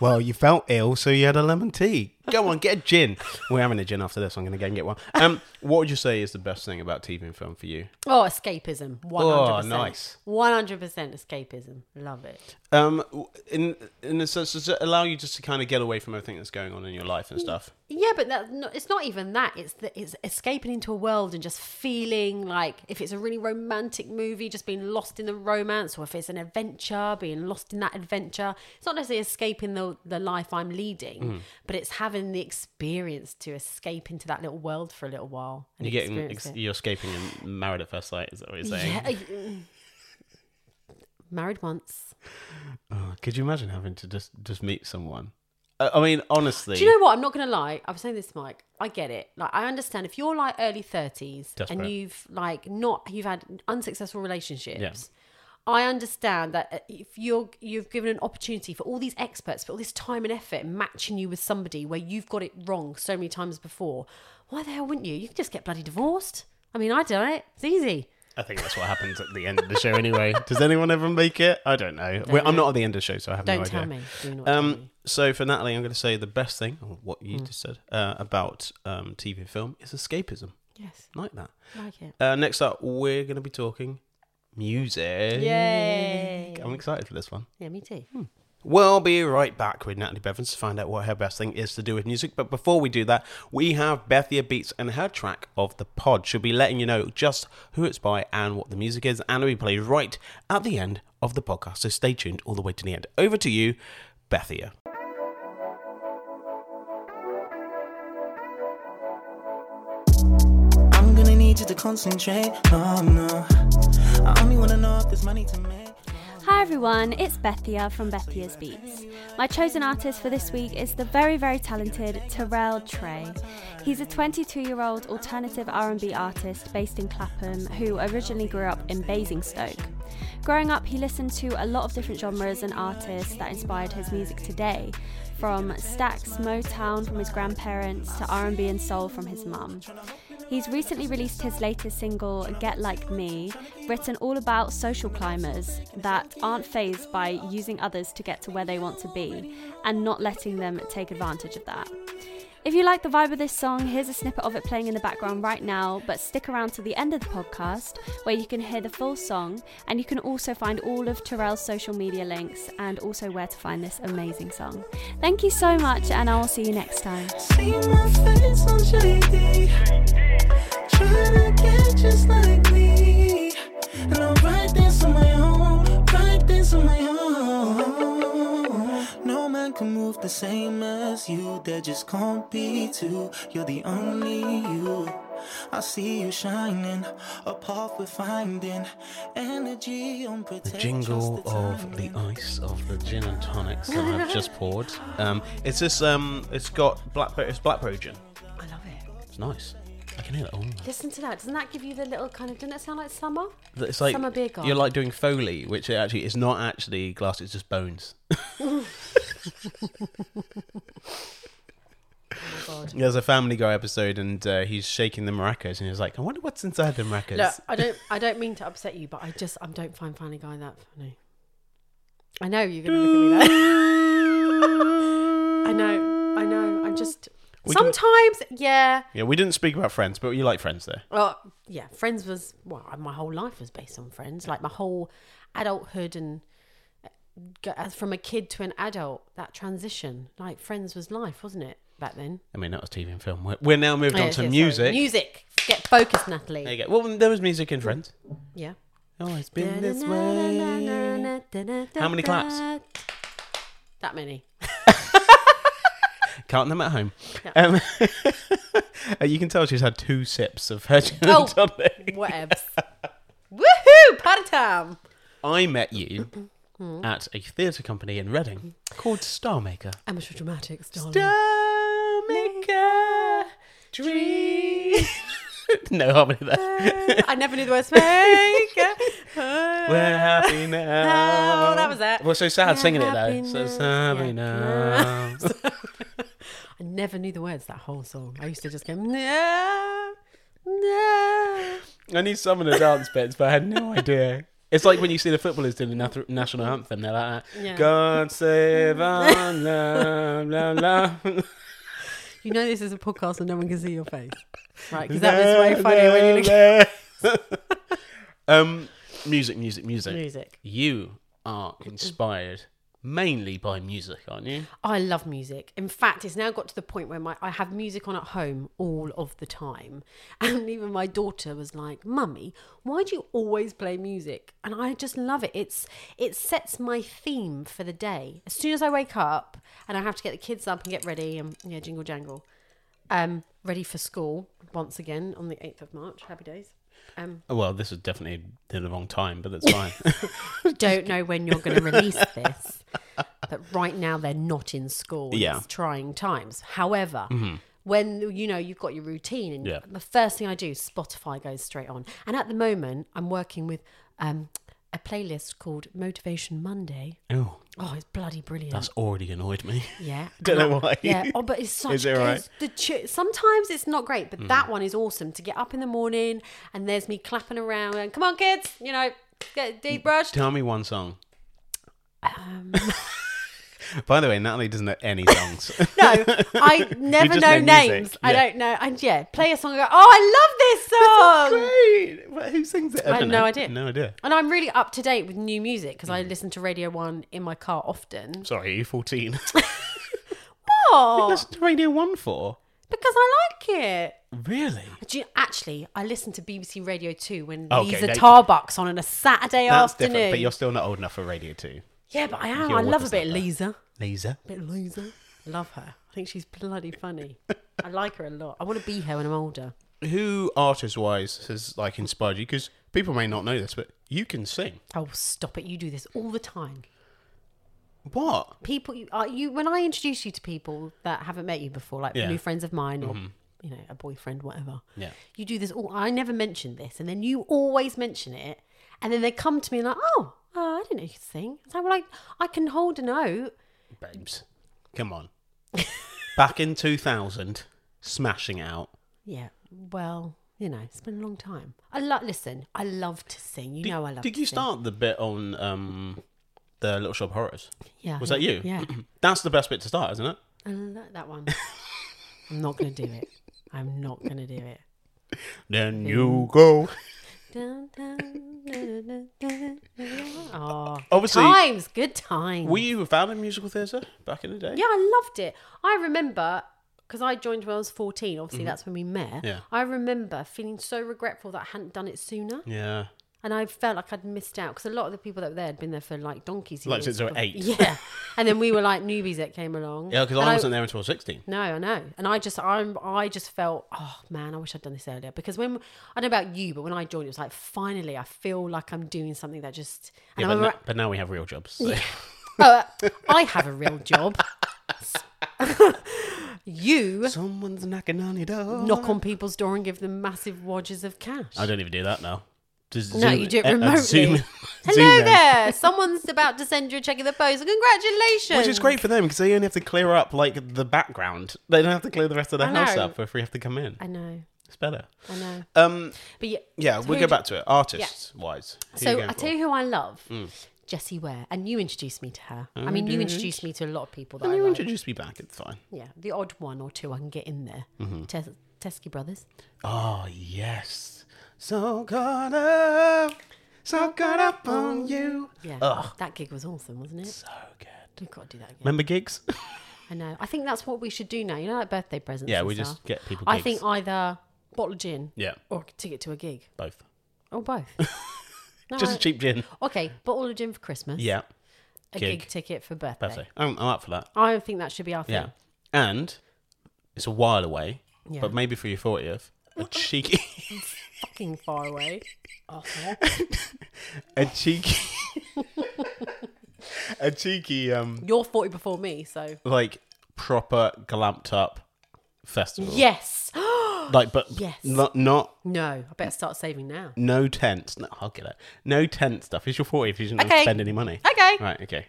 well, you felt ill, so you had a lemon tea. Go on, get a gin. We're having a gin after this. I'm going to go and get one. Um, what would you say is the best thing about TV and film for you? Oh, escapism. One hundred percent. nice. One hundred percent escapism. Love it. Um, w- in in a sense, does it allow you just to kind of get away from everything that's going on in your life and stuff? Yeah, but that's not, it's not even that. It's that it's escaping into a world and just feeling like if it's a really romantic movie, just being lost in the romance, or if it's an adventure, being lost in that adventure. It's not necessarily escaping the the life I'm leading, Mm. but it's having the experience to escape into that little world for a little while. And You're getting experience ex- it. you're escaping and married at first sight. Is that what you're saying? Yeah, I- married once. Oh, could you imagine having to just just meet someone? I, I mean, honestly, Do you know what? I'm not going to lie. I was saying this, to Mike. I get it. Like, I understand if you're like early 30s Desperate. and you've like not, you've had unsuccessful relationships. Yeah. I understand that uh, if you're you've given an opportunity for all these experts for all this time and effort matching you with somebody where you've got it wrong so many times before, why the hell wouldn't you? You can just get bloody divorced. I mean, I done it. It's easy. I think that's what happens at the end of the show anyway. Does anyone ever make it? I don't know. Well, I'm not at the end of the show, so I have Don't no tell idea. me. Do not tell Um, me. Hmm. so for Natalie, I'm going to say the best thing, or what you just said, uh, about um, TV and film is escapism. Yes, Like that. like it. Uh, next up, we're going to be talking music. Yay! I'm excited for this one. Yeah, me too. hmm. We'll be right back with Natalie Bevins to find out what her best thing is to do with music. But before we do that, we have Bethia Beats and her track of the pod. She'll be letting you know just who it's by and what the music is, and it'll be played right at the end of the podcast. So stay tuned all the way to the end. Over to you, Bethia. I'm gonna need you to concentrate. No, no. I only wanna know if there's money to make. Hi everyone, it's Bethia from Bethia's Beats. My chosen artist for this week is the very very talented Terrell Trey. He's a 22-year-old alternative R&B artist based in Clapham who originally grew up in Basingstoke. Growing up, he listened to a lot of different genres and artists that inspired his music today, from Stax Motown from his grandparents to R&B and soul from his mum. He's recently released his latest single, Get Like Me, written all about social climbers that aren't phased by using others to get to where they want to be and not letting them take advantage of that. If you like the vibe of this song, here's a snippet of it playing in the background right now, but stick around to the end of the podcast where you can hear the full song and you can also find all of Terrell's social media links and also where to find this amazing song. Thank you so much, and I will see you next time. See my face on JD. Tryna get just like me. And I'm right this on my own. Right this on my own. No man can move the same as you. There just can't be two. You're the only you. I see you shining, a path we're finding, energy on The jingle of the ice of the gin and tonics that I've just poured. Um, it's this. Um, it's got blackberry. It's blackberry gin. I love it. It's nice. I can hear Oh. it all. Listen to that. Doesn't that give you the little kind of? Doesn't it sound like summer? It's like summer beer garden. you're like doing foley, which it actually is not actually glass. It's just bones. Oh There's a Family Guy episode, and uh, he's shaking the maracas, and he's like, "I wonder what's inside the maracas." Look, I don't. I don't mean to upset you, but I just I don't find Family Guy that funny. I know you're gonna look at me there. I know. I know. I'm just. Would you- sometimes, yeah. Yeah, we didn't speak about Friends, but you like Friends there. Well, yeah. Friends was well. My whole life was based on Friends. Like my whole adulthood and go- as from a kid to an adult, that transition. Like Friends was life, wasn't it? Back then. I mean, that was TV and film. We're, we're now moved Yeah, on to yeah, sorry. music. Music. Get focused, Natalie. There you go. Well, there was music in Friends. Yeah. Oh, it's been this way. How many claps? That many. Counting them at home. Um, uh, you can tell she's had two sips of her gin and Oh. tonic. Whatever. Woohoo! Party time. I met you at a theatre company in Reading called Starmaker. Amateur dramatics, darling. Starmaker Dream. no harmony there. I never knew the words. Maker. We're happy now. Oh, that was it. We're so sad We're singing it happy though. So now. happy Yeah. now. I never knew the words that whole song. I used to just go no, no. I knew some of the dance bits, but I had no idea. It's like when you see the footballers doing the nath- national anthem. They're like, Yeah. "God save our love, love, love." You know this is a podcast and no one can see your face, right? Because that was way funny when you look at um, music, music, music. music. You are inspired mainly by music, aren't you? I love music. In fact, it's now got to the point where my I have music on at home all of the time. And even my daughter was like, "Mummy, why do you always play music?" And I just love it. It's it sets my theme for the day. As soon as I wake up and I have to get the kids up and get ready and yeah, jingle jangle. Um ready for school once again on the 8th of March. Happy days. Oh, Well, this is definitely in the wrong time, but that's fine. don't know when you're going to release this, but right now they're not in school. and Yeah. Mm-hmm. It's trying times. However, when you know you've got your routine, and Yeah. the first thing I do, Spotify goes straight on. And at the moment, I'm working with um, a playlist called Motivation Monday. oh, Oh, it's bloody brilliant. that's already annoyed me. Yeah. Don't And know I- why. Yeah. Oh, but it's such. Is it Mm. all right? it's The ch- sometimes it's not great, but that one is awesome to get up in the morning and there's me clapping around and come on, kids, you know, get Mm. deep brushed. Tell me one song. Um. By the way, Natalie doesn't know any songs. No, I never just know know music, names. yeah. I don't know. And yeah, play a song and go, oh, I love this song. Great. Well, Who sings it? I have don't no know. idea. No idea. And I'm really up to date with new music because Mm. I listen to Radio 1 in my car often. Sorry, you 14. Oh, That's Radio 1 for? because I like it. Really? Do you, actually, I listened to BBC Radio 2 when Okay, Lisa no- Tarbuck's on on a Saturday That's afternoon. different, but you're still not old enough for Radio 2. yeah, but I am. you're I what love a does bit of that- Lisa. Lisa. bit of Lisa. Love her. I think she's bloody funny. I like her a lot. I want to be her when I'm older. Who artist-wise has like inspired you? Because people may not know this, but you can sing. Oh, stop it. You do this all the time. What? people you, are you when I introduce you to people that haven't met you before, like Yeah. Mm-hmm. new friends of mine or you know a boyfriend, whatever. Yeah. You do this all. I never mention this, and then you always mention it, and then they come to me and like, oh, uh, I didn't know you could sing. So I'm like, I can hold a note. Babes. Come on. Back in 2000, smashing out. Yeah. Well, you know, it's been a long time. I love. Listen, I love to sing. You Did, know, I love. Did to you sing. start the bit on um, the Little Shop of Horrors? Yeah. I Was that you? think- Yeah. That's the best bit to start, isn't it? I like that one. I'm not gonna do it. I'm not gonna do it. Mm. Then you go. Dun, dun, dun, dun, dun, dun. Oh, Obviously- good times, good times. Were you fan of musical theatre back in the day? yeah, I loved it. I remember because I joined when I was fourteen. Obviously, that's when we met. Yeah. I remember feeling so regretful that I hadn't done it sooner. Yeah. And I felt like I'd missed out because a lot of the people that were there had been there for like donkeys. Like years since they were before- eight. Yeah, and then we were like newbies that came along. Yeah, because And I wasn't there until 16. No, I know, and I just, I'm, I just felt, oh man, I wish I'd done this earlier. Because when I don't know about you, but when I joined, it was like finally, I feel like I'm doing something that just. And Yeah, I but, remember- no- but now we have real jobs. so- uh, I have a real job. you Someone's knocking on your door. knock on people's door and give them massive wadges of cash. I don't even do that now. Just No, zoom- you do it uh, uh, remotely. zoom- zoom Hello in. there. Someone's about to send you a check in the post. Congratulations. Which is great for them because they only have to clear up like the background. They don't have to clear the rest of the I house know. up if we have to come in. I know. It's better. I know. Um, But yeah. yeah, so we'll who go do- back to it. Artists wise. So I tell you who I love. Mm. Jessie Ware, and you introduced me to her. I, mean, you introduced me to a lot of people that When I you like. introduce me back, it's fine. yeah, the odd one or two I can get in there. Mm-hmm. Tes- Teskey Brothers. Oh yes, so caught up, so caught up on you. Yeah, Ugh. that gig was awesome, wasn't it? So good. We've got to do that again. Remember gigs? I know. I think that's what we should do now. You know, like birthday presents. Yeah, and we just stuff? get people I gigs. think either bottle of gin yeah, or a ticket to a gig both. or both. No, Just I- a cheap gin. Okay, bottle of gin for Christmas. Yeah, a gig. gig, ticket for birthday. perfect. I'm, I'm up for that. I think that should be our thing. Yeah, and it's a while away, Yeah. but maybe for your fortieth, a cheeky, Fucking far away. Uh-huh. Arsehole. a cheeky, a cheeky, um, You're 40 before me, so. like proper glamped up festival. Yes. like but Yes. not not no, I better start saving now. no tent. No, I'll get it. No tent stuff. It's your forty if you didn't Okay. spend any money. Okay. Right. Okay.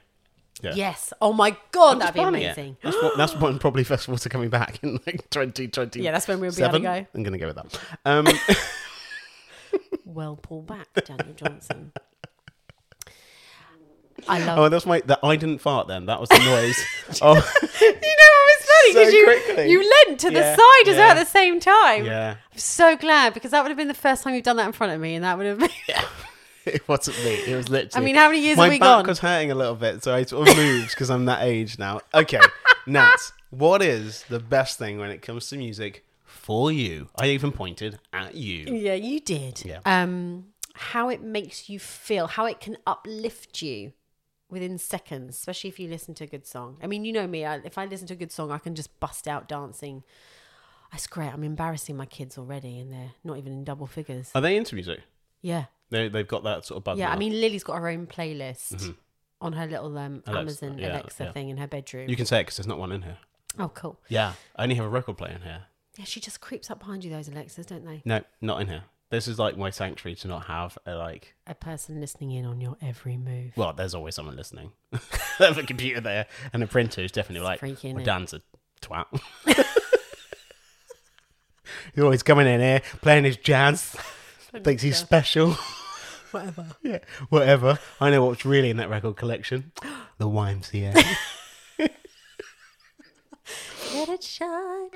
Yeah. Yes. Oh my Just God, that'd be planning it. amazing. That's what. That's when probably festivals are coming back in like twenty twenty. Yeah, that's when we'll be able to go. I'm gonna go with that. Um, Well, pull back, Daniel Johnson. I love oh, that's my. That I didn't fart then. That was the noise. oh, You know what was funny? So Because you, quickly. you leant to the Yeah, side as well at yeah. the same time. yeah. I'm so glad because that would have been the first time you've done that in front of me, and that would have been. It wasn't me. It was literally. I mean, how many years My have we back gone? was hurting a little bit, so I sort of moved because I'm that age now. Okay, Nat, what is the best thing when it comes to music for you? I even pointed at you. Yeah, you did. Yeah. Um, how it makes you feel, how it can uplift you within seconds, especially if you listen to a good song. I mean, you know me. I, if I listen to a good song, I can just bust out dancing. That's great. I'm embarrassing my kids already, and they're not even in double figures. Are they into music? yeah, They they've got that sort of bug. yeah. I now. mean, Lily's got her own playlist on her little um, Mm-hmm. Alexa, Amazon yeah, Alexa yeah. thing in her bedroom. you can say it because there's not one in here. oh, cool. Yeah, I only have a record player in here. Yeah, she just creeps up behind you, those Alexas, don't they? No, not in here. This is like my sanctuary to not have a like. A person listening in on your every move. Well, there's always someone listening. I have a computer there and a printer who's definitely like, freaky, well, innit? Dan's a twat. He's always coming in here playing his jazz. Thinks he's special. Whatever. yeah, whatever. I know what's really in that record collection. The YMCA. Let it shine.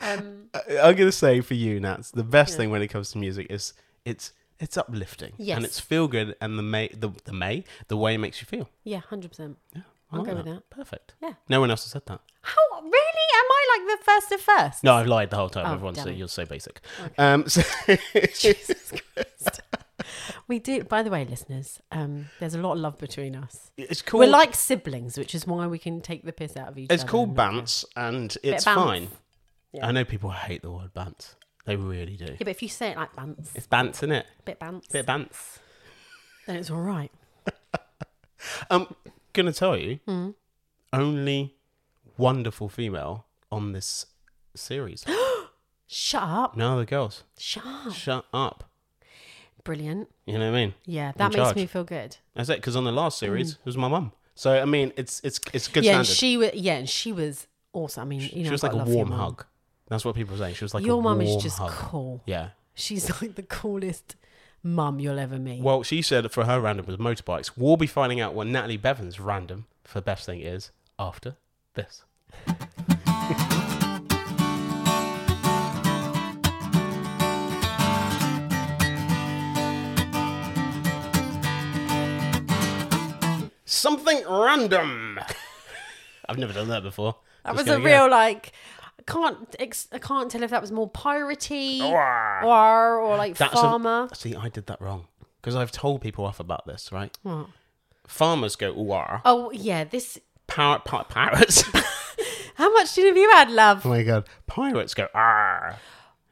um, I'm gonna say for you, Nats, the best thing when it comes to music is it's it's uplifting Yes. and it's feel good and the may the, the may the way it makes you feel. yeah, hundred percent. Yeah, I I'll go with that. Perfect. Yeah. No one else has said that. How really am I like the first of first? No, I've lied the whole time. Oh, Everyone damn said it. you're so basic. Um, so Jesus Christ. We do. By the way, listeners, um, there's a lot of love between us. it's called We're like siblings, which is why we can take the piss out of each other. it's called and not bants, and it's bants. fine. Yeah. I know people hate the word bants. They really do. go- Yeah, but if you say it like bants, It's bants, isn't it? bit bants, Bit of bants. then it's all right. I'm Um, gonna tell you, Hmm. only wonderful female on this series. Shut up. None of the girls. Shut up. Shut up. Brilliant. You know what I mean? Yeah, that makes charge. me feel good. That's it. Because on the last series, it was my mum. So I mean, it's it's it's good Hmm. yeah, and standard. she was. Yeah, and she was awesome. I mean, you know, she was like a I've got to love your warm mum. hug. That's what people were saying. She was like a your mum is warm just hug. cool. Yeah. She's like the coolest mum you'll ever meet. Well, she said for her random was motorbikes. We'll be finding out what Natalie Bevan's random for best thing is after this. Something random. I've never done that before. that Just was a gonna go. real like. I can't ex- I can't tell if that was more piratey Wah. or or like That's a- farmer. see, I did that wrong. because I've told people off about this, right? Farmers go ooh ah. Oh yeah, this. Parrot, par- parrots. How much gin have you had, love? oh my god. Pirates go ah.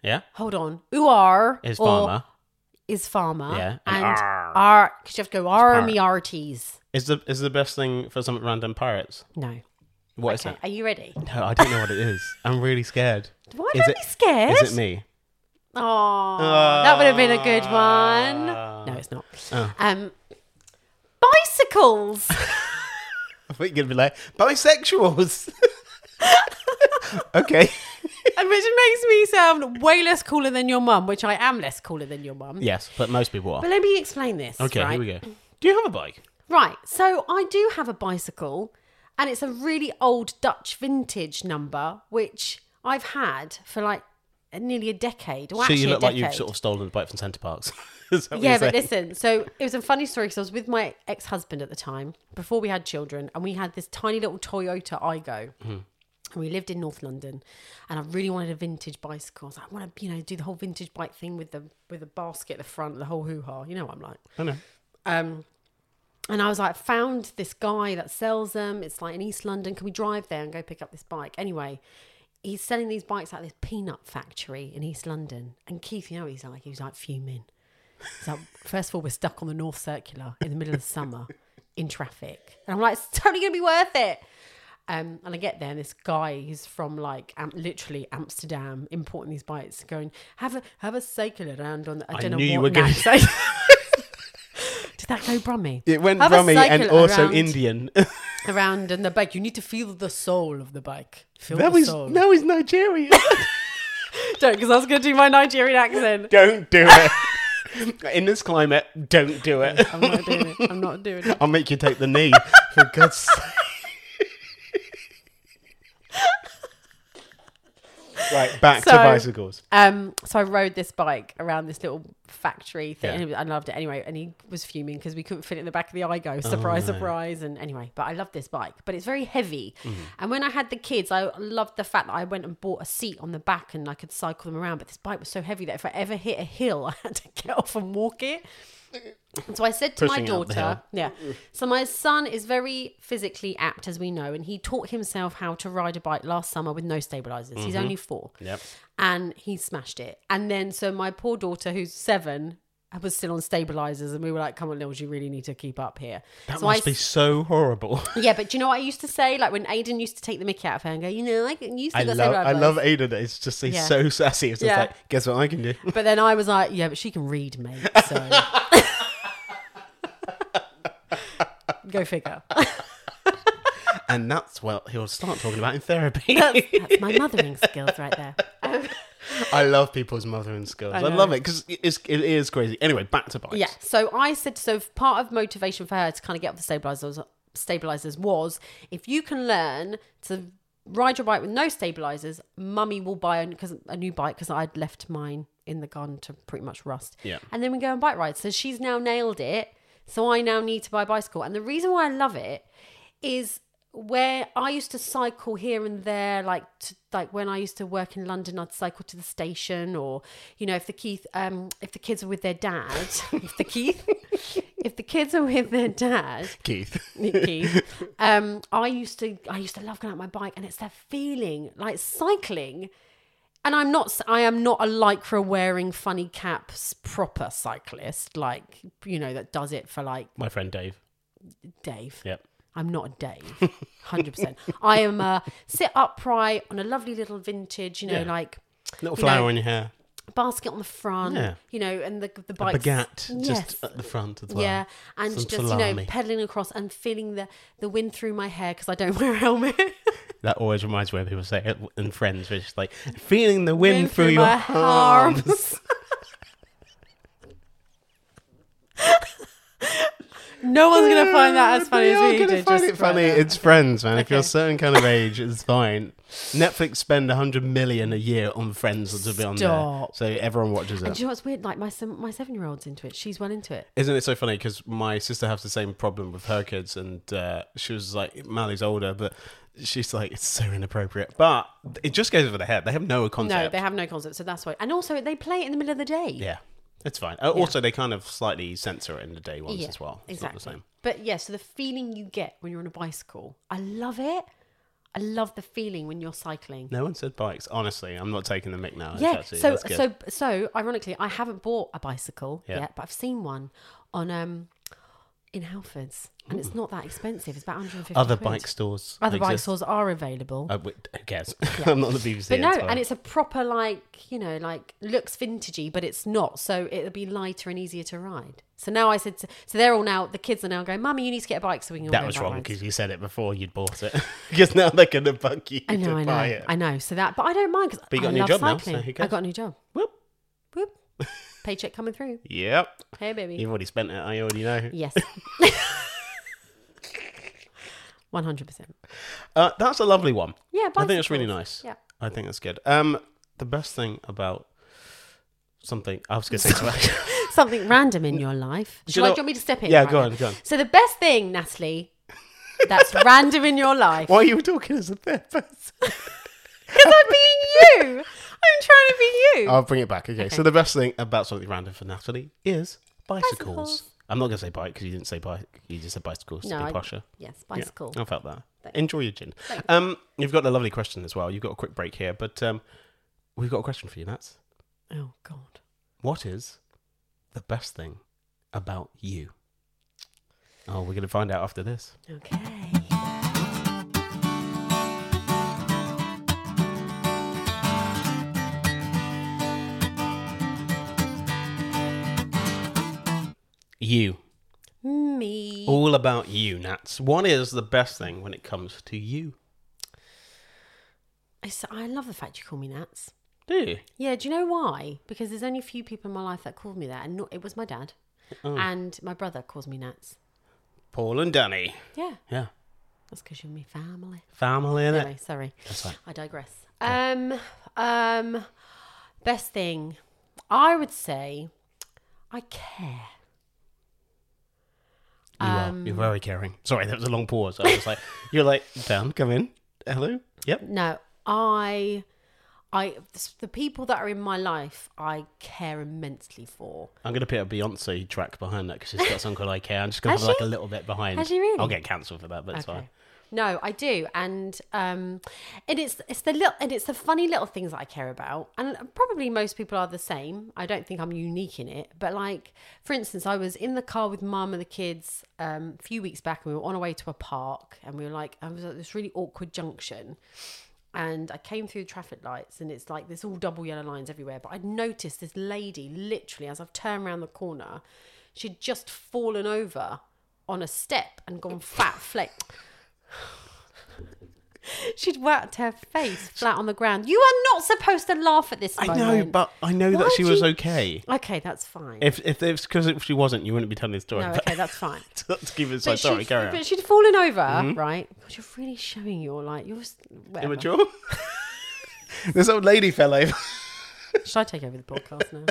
Yeah, Hold on. Ooar is or farmer. Is farmer. Yeah, and And ar. R because you have to go R me pirate. arties. Is the is the best thing for some random pirates? No. What is Okay. Are you ready? it? No, I don't know what it is. I'm really scared. Why Is don't it- be scared? Is it me? Oh, that would have been a good one. No, it's not. Oh. Um, bicycles. I thought you were gonna be like bisexuals. okay. And which makes me sound way less cooler than your mum, which I am less cooler than your mum. Yes, but most people are. But let me explain this. Okay, right? here we go. Do you have a bike? Right. So I do have a bicycle, and it's a really old Dutch vintage number, which I've had for like nearly a decade. Well, so actually you a look like you've decade. sort of stolen a bike from Centre Parks. Is that what Yeah, you're but saying? listen. So it was a funny story because I was with my ex husband at the time before we had children, and we had this tiny little Toyota Igo. And we lived in North London, and I really wanted a vintage bicycle. I was like, I want to, you know, do the whole vintage bike thing with the with the basket at the front, the whole hoo ha. You know what I'm like. I know. Um, and I was like, found this guy that sells them. It's like in East London. Can we drive there and go pick up this bike? Anyway, he's selling these bikes at this peanut factory in East London. And Keith, you know, he's like, he was like fuming. He's like, first of all, we're stuck on the North Circular in the middle of summer in traffic. And I'm like, it's totally going to be worth it. Um, and I get there, and this guy who's from like am- literally Amsterdam importing these bikes, going, "Have a have a cycle around on." The, I, don't know knew what you were gonna to say. Did that go brummy? It went Have a rummy and cycle also around, Indian. Around on the bike, you need to feel the soul of the bike. Feel that the was soul. now he's Nigerian. don't because I was going to do my Nigerian accent. don't do it. In this climate, don't do it. I'm not doing it. I'm not doing it. I'll make you take the knee. For God's sake. right, back So- to bicycles. Um, so I rode this bike around this little factory thing, Yeah. Oh, and it was- I loved it anyway. And he was fuming because we couldn't fit it in the back of the Igo. Surprise, surprise! And anyway, but I love this bike, but it's very heavy. Mm-hmm. And when I had the kids, I loved the fact that I went and bought a seat on the back and I could cycle them around. But this bike was so heavy that if I ever hit a hill, I had to get off and walk it. And So I said to my Pushing it up the daughter, yeah. So my son is very physically apt, as we know, and he taught himself how to ride a bike last summer with no stabilizers. He's Mm-hmm. only four Yep. and he smashed it. And then, so my poor daughter, who's seven, was still on stabilizers, and we were like, "Come on, Lils, you really need to keep up here." That so must I, be so horrible. yeah, but do you know what I used to say? Like when Aiden used to take the Mickey out of her and go, "You know, I can use I to got love, I stabilizers." love Aiden. It's just he's Yeah. so sassy. It's just Yeah. like, guess what I can do? But then I was like, "Yeah, but she can read, mate." So go figure. And that's what he'll start talking about in therapy. That's my mothering skills right there. I love people's mothering skills. I, know. love it because it is, it is crazy. Anyway, back to bikes. Yeah. So I said so part of motivation for her to kind of get off the stabilizers stabilizers was if you can learn to ride your bike with no stabilizers, mummy will buy a, cause, a new bike because I'd left mine in the garden to pretty much rust. Yeah. And then we go on bike rides. So she's now nailed it. So I now need to buy a bicycle. And the reason why I love it is where I used to cycle here and there, like to, like when I used to work in London, I'd cycle to the station, or you know, if the Keith, um, if the kids are with their dad, if the Keith, if the kids are with their dad, Keith. Nikki, um, I used to, I used to love going out on my bike, and it's that feeling like cycling. And I'm not, I am not a lycra wearing funny caps proper cyclist, like you know that does it for like My friend Dave. Dave. Yep. I'm not a Dave, hundred percent. I am a sit upright on a lovely little vintage, you know, Yeah. like Little You flower know, in your hair. basket on the front, Yeah. you know, and the the A bike baguette just at the front as well. yeah, and Some just you know salami. pedaling across and feeling the the wind through my hair because I don't wear a helmet. That always reminds me when people say it in Friends, which is like, feeling the wind, Wind through, through your my arms. no one's gonna find that as funny They as are we gonna did. find just it right funny. there. It's Friends, man. If you're a Okay. certain kind of age, it's fine. Netflix spend 100 million a year on Friends to be on there. Stop. So everyone watches And it. do you know what's weird? Like my sem- my seven year old's into it. She's well into it. Isn't it so funny? Because my sister has the same problem with her kids, and uh, she was like, Mally's older, but she's like, it's so inappropriate. But it just goes over their head. They have no No, concept. they have no concept, so that's why. And also, they play it in the middle of the day. yeah. It's fine. Uh, Also, they kind of slightly censor it in the day ones Yeah, as well. It's exactly. not the same. But yeah, so the feeling you get when you're on a bicycle, I love it. I love the feeling when you're cycling. No one said bikes. Honestly, I'm not taking the mic now. It's yeah. actually- so that's good. so so ironically, I haven't bought a bicycle Yeah. yet, but I've seen one on um in Halfords, and it's not that expensive. It's about 150. other quid. bike stores. Other bike exist. stores are available. Uh, wait, who cares? I'm not the BBC. But no, entirely. and it's a proper like you know like looks vintagey, but it's not. So it'll be lighter and easier to ride. So now I said, to, so they're all now the kids are now going, "Mummy, you need to get a bike so we can." all that go was bike wrong rides." because you said it before you'd bought it. Because now they're gonna bug you I know, to I know, buy it. I know. So that, but I don't mind because But you got I a new love job now, so cycling. who I cares? got a new job. Whoop. Whoop. Paycheck coming through. Yep. Hey, baby. You've already spent it. I already know. Yes. One hundred percent. Uh, that's a lovely one. Yeah, I think it's really nice. bicycles. Yeah. I think that's good. Um, the best thing about something I was gonna say. something- Something random in your life. you Shall I, know- do you want me to step in? Yeah, right go now? on, go on. So the best thing, Natalie, that's random in your life. Why are you talking as a therapist? Because I'm being you. I'm trying to be you. I'll bring it back. Okay. So the best thing about something random for Natalie is bicycles. Bicycles. I'm not gonna say bike because you didn't say bike. You just said bicycles to be I- posher. yes, Yeah, bicycle. I felt that. Enjoy your gin. Um, you've got a lovely question as well. You've got a quick break here, but um, we've got a question for you, Nats. Oh God. What is the best thing about you? Oh, we're going to find out after this. Okay. You. Me. All about you, Nats. What is the best thing when it comes to you? I, s- I love the fact you call me Nats. Do you? Yeah, do you know why? Because there's only a few people in my life that called me that, and not, it was my dad and my brother calls me Nats. Paul and Danny. Yeah, Yeah. that's because you're my family. Family, innit? Anyway, sorry, That's fine. I digress. Um, um, best thing, I would say, I care. You Um, are. You're very caring. Sorry, that was a long pause. I was like, you're like, Dan, come in. Hello? Yep. No, I, I, the people that are in my life, I care immensely for. I'm going to put a Beyonce track behind that because she's got some called I Care. I'm just going to Has have like she? a little bit behind. Has she really? I'll get cancelled for that, but it's fine. No, I do, and um, and it's it's the little and it's the funny little things that I care about, and probably most people are the same. I don't think I'm unique in it, but like for instance, I was in the car with mum and the kids um, a few weeks back, and we were on our way to a park, and we were like, I was at this really awkward junction, and I came through the traffic lights, and it's like there's all double yellow lines everywhere. But I'd noticed this lady literally as I've turned around the corner, she'd just fallen over on a step and gone flat flake. She'd whacked her face flat on the ground. You are not supposed to laugh at this. I moment. know, but I know Why that she do was you- okay. okay, that's fine. If if it's because if she wasn't, you wouldn't be telling the story. no, but- okay, that's fine. Let's keep it so sorry. she'd, Carry but on. Mm-hmm. she'd fallen over, right? God, you're really showing your like you're s- whatever. Immature. this old lady fell over. Should I take over the podcast now?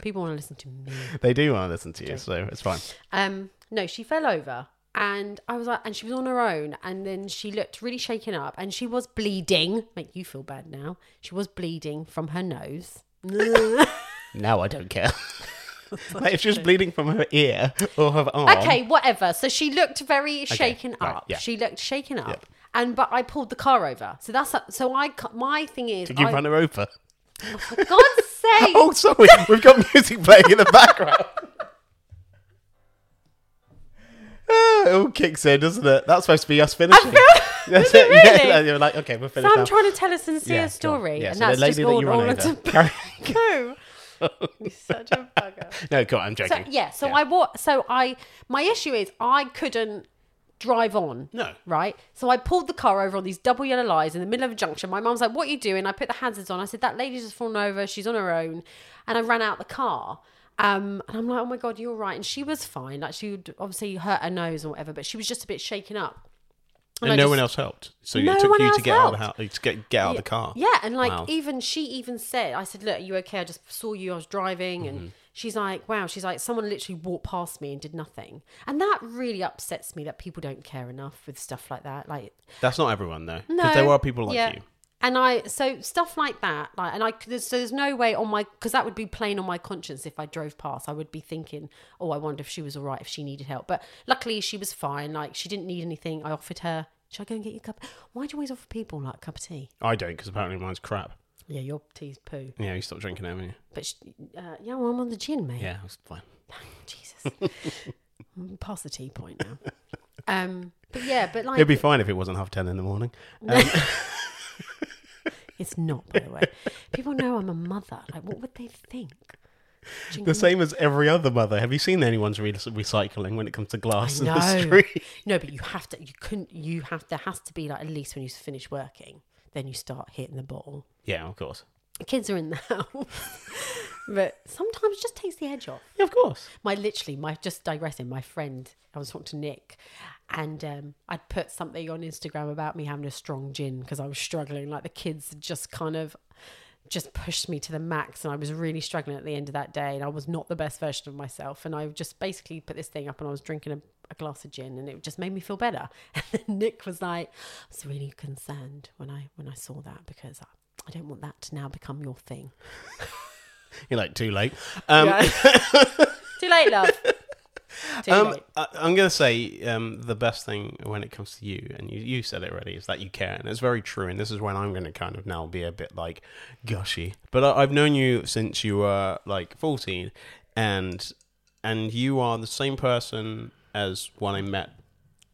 People want to listen to me. they do want to listen to you, so it's fine. Um, no, she fell over, and I was like, and she was on her own, and then she looked really shaken up, and she was bleeding. Make you feel bad now. She was bleeding from her nose. Now I don't care. like if she was bleeding from her ear or her arm. Okay, whatever. So she looked very shaken right, up. yeah. She looked shaken up. Yep. And but I pulled the car over. So that's so I ca- my thing is Did you I, run her over? for God's sake. Oh, sorry. We've got music playing in the background. Ah, it all kicks in, doesn't it? That's supposed to be us finishing. That's it. really? Yeah, you're like, okay, we're So finished. I'm now. trying to tell a sincere Yeah, go on. story, Yeah, and so that's the just lady that all, you all run it's over. about. Carry- Go. You're such a bugger. no, go on, I'm So joking. yeah, so I wa- so I my issue is I couldn't drive on. No. Right? So I pulled the car over on these double yellow lines in the middle of a junction. My mum's like, What are you doing? I put the hazards on. I said, That lady's just fallen over, she's on her own. And I ran out the car. Um, and I'm like, Oh my god, you're right. And she was fine. Like she would obviously hurt her nose or whatever, but she was just a bit shaken up. And, I no just- one else helped. So No it took one you else to get out of the helped. house, to get, get out of the car. Yeah, and like e- Wow. even she even said, I said, "Look, are you okay? I just saw you. I was driving." Mm-hmm. And she's like, "Wow." She's like, "Someone literally walked past me and did nothing," and that really upsets me that people don't care enough with stuff like that. Like, That's not everyone though, no, because there are people like yeah. you. And I so stuff like that, like, and I there's, so there's no way on my because that would be plain on my conscience if I drove past. I would be thinking, oh, I wonder if she was all right, if she needed help. But luckily, she was fine. Like she didn't need anything. I offered her, should I go and get you a cup? Why do you always offer people like a cup of tea? I don't because apparently mine's crap. Yeah, your tea's poo. Yeah, you stopped drinking it, haven't you? But she, uh, yeah, well, I'm on the gin, mate. Yeah, it's fine. Jesus, I'm past the tea point now. um, but yeah, but like It'd be fine if it wasn't half ten in the morning. It's not, by the way. People know I'm a mother. Like, what would they think? The same as every other mother. Have you seen anyone's re- recycling when it comes to glass in No, the street? no, but you have to. You couldn't. You have. There has to be like at least when you finish working, then you start hitting the bottle. Yeah, of course. Kids are in the house, but sometimes it just takes the edge off. Yeah, of course. my literally my just digressing my friend i was talking to nick and um, i'd put something on instagram about me having a strong gin because i was struggling like the kids had just kind of just pushed me to the max and i was really struggling at the end of that day and i was not the best version of myself and i just basically put this thing up and i was drinking a, a glass of gin and it just made me feel better and then nick was like i was really concerned when i when i saw that because i, I don't want that to now become your thing You're like too late. Um, Yeah. too late love too um, late I, I'm going to say um, the best thing when it comes to you, and you, you said it already, is that you care, and it's very true. And this is when I'm going to kind of now be a bit like gushy, but I, I've known you since you were like 14, and and you are the same person as when I met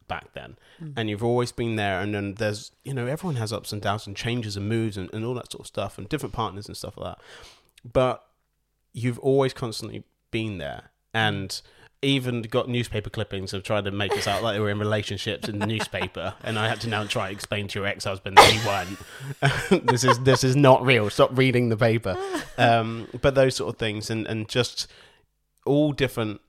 back then Hmm. and you've always been there and then there's you know everyone has ups and downs and changes and moods and, and all that sort of stuff and different partners and stuff like that but you've always constantly been there and even got newspaper clippings of trying to make us out like they were in relationships in the newspaper and i had to now try and explain to your ex-husband that you weren't this is this is not real stop reading the paper um, but those sort of things and and just all different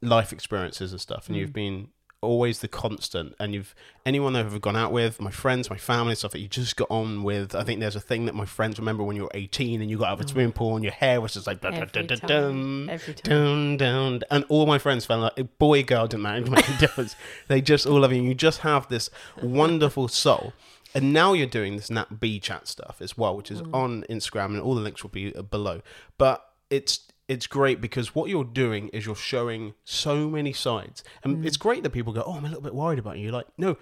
life experiences and stuff and Mm. you've been always the constant and you've anyone I've ever gone out with my friends my family stuff that you just got on with I think there's a thing that my friends remember when you were 18 and you got out of a swimming pool and your hair was just like dun, dun, Mm. Every dun, dun, time. dun, Every dun, dun, and all my friends felt like boy girl didn't matter didn't make a difference they just all love you you just have this wonderful soul and now you're doing this Nat B chat stuff as well which is Mm. on Instagram and all the links will be uh, below but it's it's great because what you're doing is you're showing so many sides. Mm. And it's great that people go, Oh, I'm a little bit worried about you. You're like, no,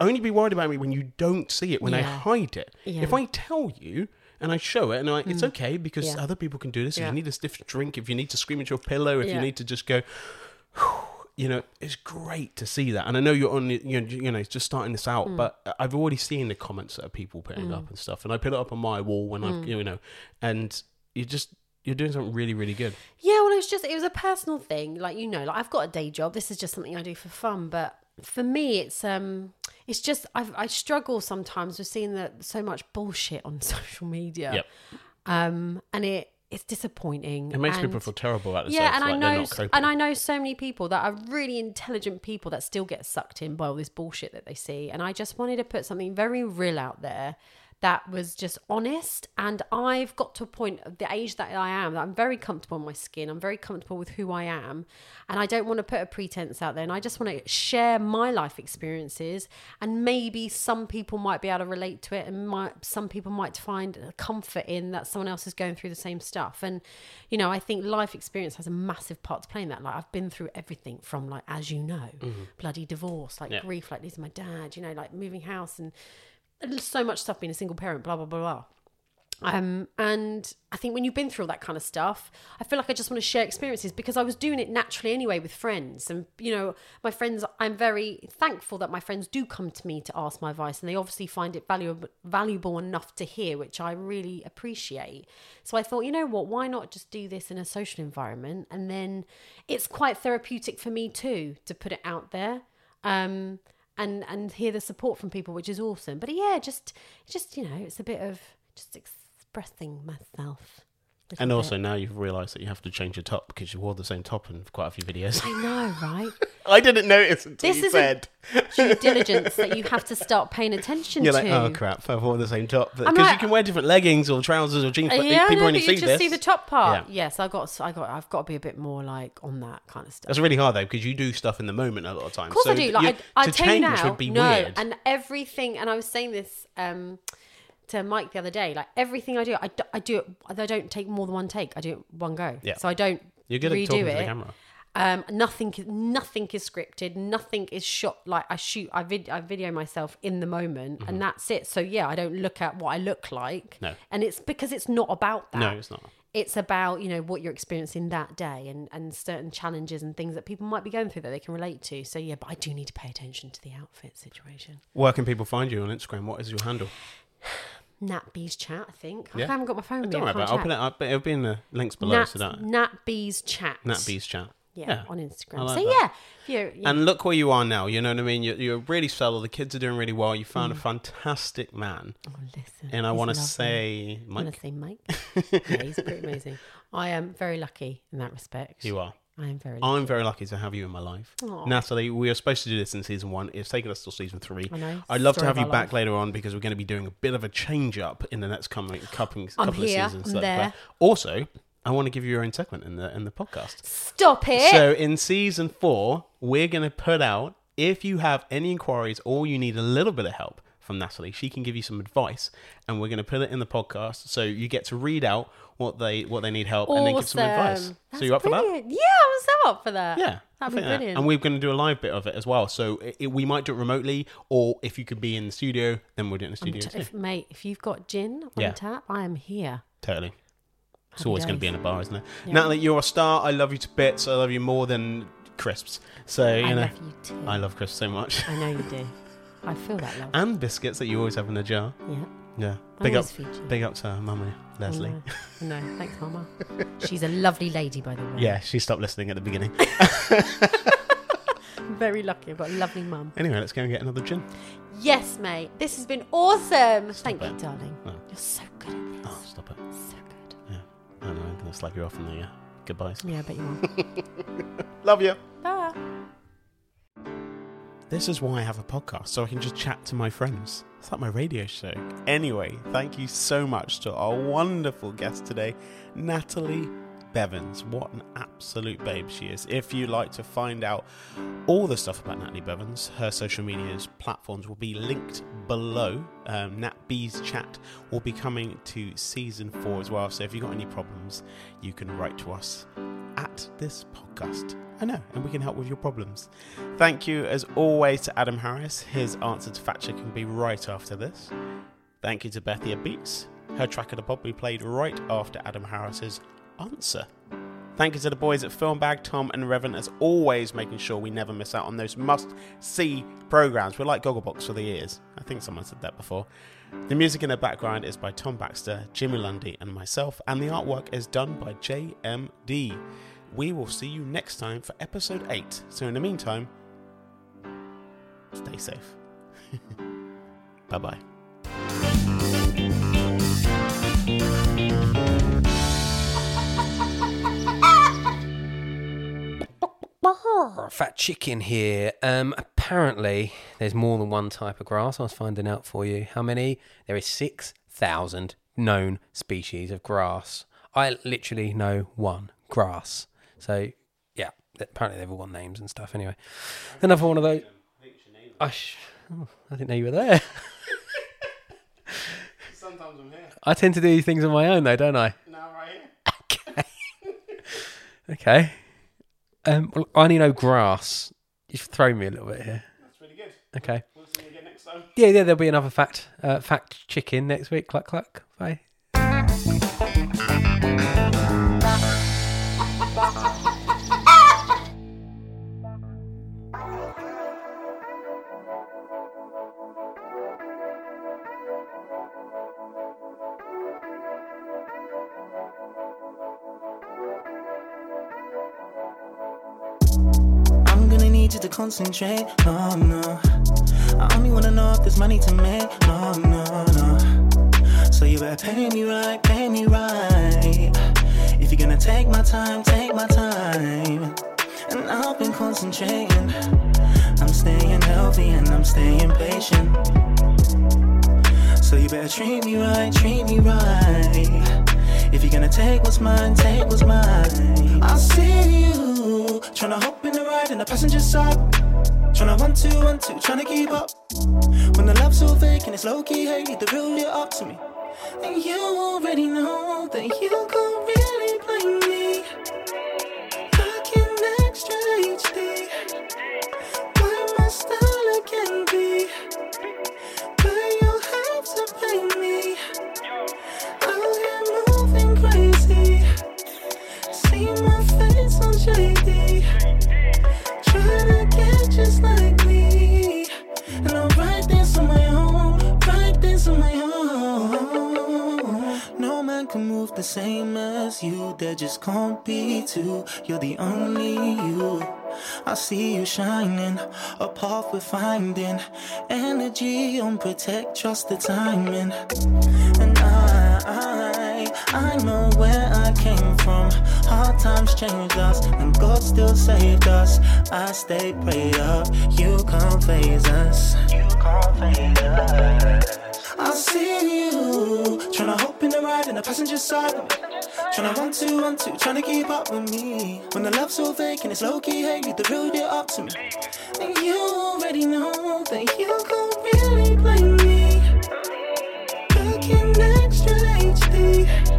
only be worried about me when you don't see it, when I Yeah. hide it. Yeah. Mm. If I tell you and I show it and I, it's okay because Yeah. other people can do this. If Yeah. you need a stiff drink, if you need to scream at your pillow, if you Yeah. need to just go, you know, it's great to see that. And I know you're only, you know, you know just starting this Mm. out, but I've already seen the comments that are people putting up and stuff. And I put it up on my wall when Mm. I've, you know, and you just, you're doing something really, really good. Yeah, well, it was just it was a personal thing, like you know, like I've got a day job. This is just something I do for fun, but for me, it's um, it's just I've, I struggle sometimes with seeing that so much bullshit on social media. Yep. Um, and it it's disappointing. It makes and- people feel terrible about themselves. yeah, and like I they're know, not coping. and I know so many people that are really intelligent people that still get sucked in by all this bullshit that they see. And I just wanted to put something very real out there that was just honest. And I've got to a point of the age that I am that I'm very comfortable in my skin. I'm very comfortable with who I am, and I don't want to put a pretense out there. And I just want to share my life experiences, and maybe some people might be able to relate to it, and might, some people might find comfort in that someone else is going through the same stuff. And you know, I think life experience has a massive part to play in that. Like I've been through everything from like, as you know, bloody divorce, like Yeah. grief, like losing my dad, you know, like moving house and and so much stuff being a single parent, blah blah blah blah. Um, and I think when you've been through all that kind of stuff, I feel like I just want to share experiences because I was doing it naturally anyway with friends. And, you know, my friends, I'm very thankful that my friends do come to me to ask my advice and they obviously find it valuable, valuable enough to hear, which I really appreciate. So I thought, you know what, why not just do this in a social environment? And then it's quite therapeutic for me too to put it out there. Um, and and hear the support from people, which is awesome. But yeah, just just you know, it's a bit of just expressing myself. little And also bit. now you've realised that you have to change your top because you wore the same top in quite a few videos. I know, right? I didn't notice until This you is a said. Due diligence that you have to start paying attention You're to. like, oh crap, I've worn the same top because you like- can wear different leggings or trousers or jeans, Uh, but yeah, I people know, only but see you just this. see the top part. Yeah. Yes, I got, I got, I've got to be a bit more like on that kind of stuff. That's really hard though because you do stuff in the moment a lot of times. Of course so I do. you- Like I, I to tell change you now, would be no, weird. and everything. And I was saying this um, to Mike the other day, like everything I do, I, do, I do it. I don't take more than one take. I do it one go. Yeah. So I don't. You're good at redo talking it. to the camera. Um, nothing, nothing is scripted. Nothing is shot like I shoot. I, vid- I video myself in the moment, and that's it. So yeah, I don't look at what I look like. Mm-hmm. No. And it's because it's not about that. No, it's not. It's about you know what you're experiencing that day and and certain challenges and things that people might be going through that they can relate to. So yeah, but I do need to pay attention to the outfit situation. Where can people find you on Instagram? What is your handle? Nat B's chat, I think. I Yeah. haven't got my phone. with me, Don't I worry about can't it. I'll check. put it up. It'll be in the links below Nat, to that. Nat B's chat. Nat B's chat. Yeah, on I Instagram. like so that. yeah, if you're, yeah. And look where you are now. You know what I mean? You're, you're really subtle. The kids are doing really well. You found a fantastic man. Mm. Oh, listen, And I he's want to lovely. say, I want Mike, to say Mike. yeah, he's pretty amazing. I am very lucky in that respect. you are. I am very lucky. I'm very lucky to have you in my life. Aw. Natalie, we are supposed to do this in season one. It's taken us till season three. I know. would love to Story have of you our back life. later on because we're going to be doing a bit of a change up in the next coming couple, I'm couple here, of seasons. I'm Like, there. but Also, I want to give you your own segment in the in the podcast. Stop it. So in season four, we're gonna put out if you have any inquiries or you need a little bit of help from Natalie, she can give you some advice, and we're gonna put it in the podcast so you get to read out what they what they need help and then give some advice. Awesome. That's so you up for that? brilliant. Yeah, I'm so up for that. Yeah, I that'd be think that- brilliant. And we're going to do a live bit of it as well. So it, it- we might do it remotely, or if you could be in the studio, then we'll do it in the studio I'm t- too. if, mate, if you've got gin on Yeah. tap, I am here. Totally. It's Happy always going to days. be in a bar, isn't it? Natalie, you're a star. I love you to bits. I love you more than crisps. So you I know, love you too. I love crisps so much. I know you do. I feel that love. and biscuits that you always have in a jar. yeah. Yeah, I big up, always feed you. big up to Mama Leslie. No, thanks, Mama. She's a lovely lady, by the way. Yeah, she stopped listening at the beginning. Very lucky. I've got a lovely mum. anyway, let's go and get another gin. Yes, mate. This has been awesome. Thank it. you, darling. No. You're so good at this. Oh, stop it! So good. Yeah, I don't know. I'm gonna slag you off in the uh, goodbyes. Yeah, I bet you are. Love you. Bye. This is why I have a podcast, so I can just chat to my friends. It's like my radio show. Anyway, thank you so much to our wonderful guest today, Natalie Bevins. What an absolute babe she is. If you like to find out all the stuff about Natalie Bevins, her social medias platforms will be linked below. Um, Nat B's chat will be coming to season four as well. So if you've got any problems, you can write to us at this podcast. I know, and we can help with your problems. Thank you, as always, to Adam Harris. His answer to Thatcher can be right after this. Thank you to Bethia Beats. Her track of the pop we played right after Adam Harris's answer. Thank you to the boys at Filmbag, Tom and Revan, as always, making sure we never miss out on those must see programs. We're like Gogglebox for the ears. I think someone said that before. The music in the background is by Tom Baxter, Jimmy Lundy, and myself, and the artwork is done by JMD. We will see you next time for episode 8. So, in the meantime, stay safe. bye bye. Fat chicken here. Um, apparently, there's more than one type of grass. I was finding out for you how many. There is six thousand known species of grass. I literally know one grass. So yeah, th- apparently they've all got names and stuff. Anyway, another one of those. I, sh- oh, I didn't know you were there. Sometimes I'm here. I tend to do things on my own though, don't I? Now, right here. Okay. Um, well, I only know grass. You've thrown me a little bit here. That's really good. Okay. We'll see you again next time. Yeah, yeah, there'll be another fact uh, fact chicken next week. Cluck cluck. Bye. I'm gonna need you to concentrate. No, no. I only wanna know if there's money to make. No, no, no. So you better pay me right, pay me right. If you're gonna take my time, take my time. And I've been concentrating. I'm staying healthy and I'm staying patient. So you better treat me right, treat me right. If you're gonna take what's mine, take what's mine. I see you. cool. Tryna hop in the ride in the passenger side. Tryna one two one two, tryna keep up. When the love's so fake and it's low key, hey, the real you're up to me. And you already know that you could really blame me. Looking extra HD. Why must I look and be? But you have to blame me. Out here moving crazy. See my face on JD. Trying to get just like me. And I'm right this on my own. Right this on my own. No man can move the same as you. There just can't be two. You're the only you. I see you shining, a path we're finding. Energy on protect, trust the timing. And I, I, I know where I came from. Hard times changed us, and God still saved us. I stay prayed up, you can't phase us. You can't phase us. I see you, tryna hop in the ride in the passenger side. of me. Tryna one two one two, tryna keep up with me. When the love's so fake and it's low key, hey, you the real you up to me. And you already know that you could really blame me. Looking extra HD. Oh,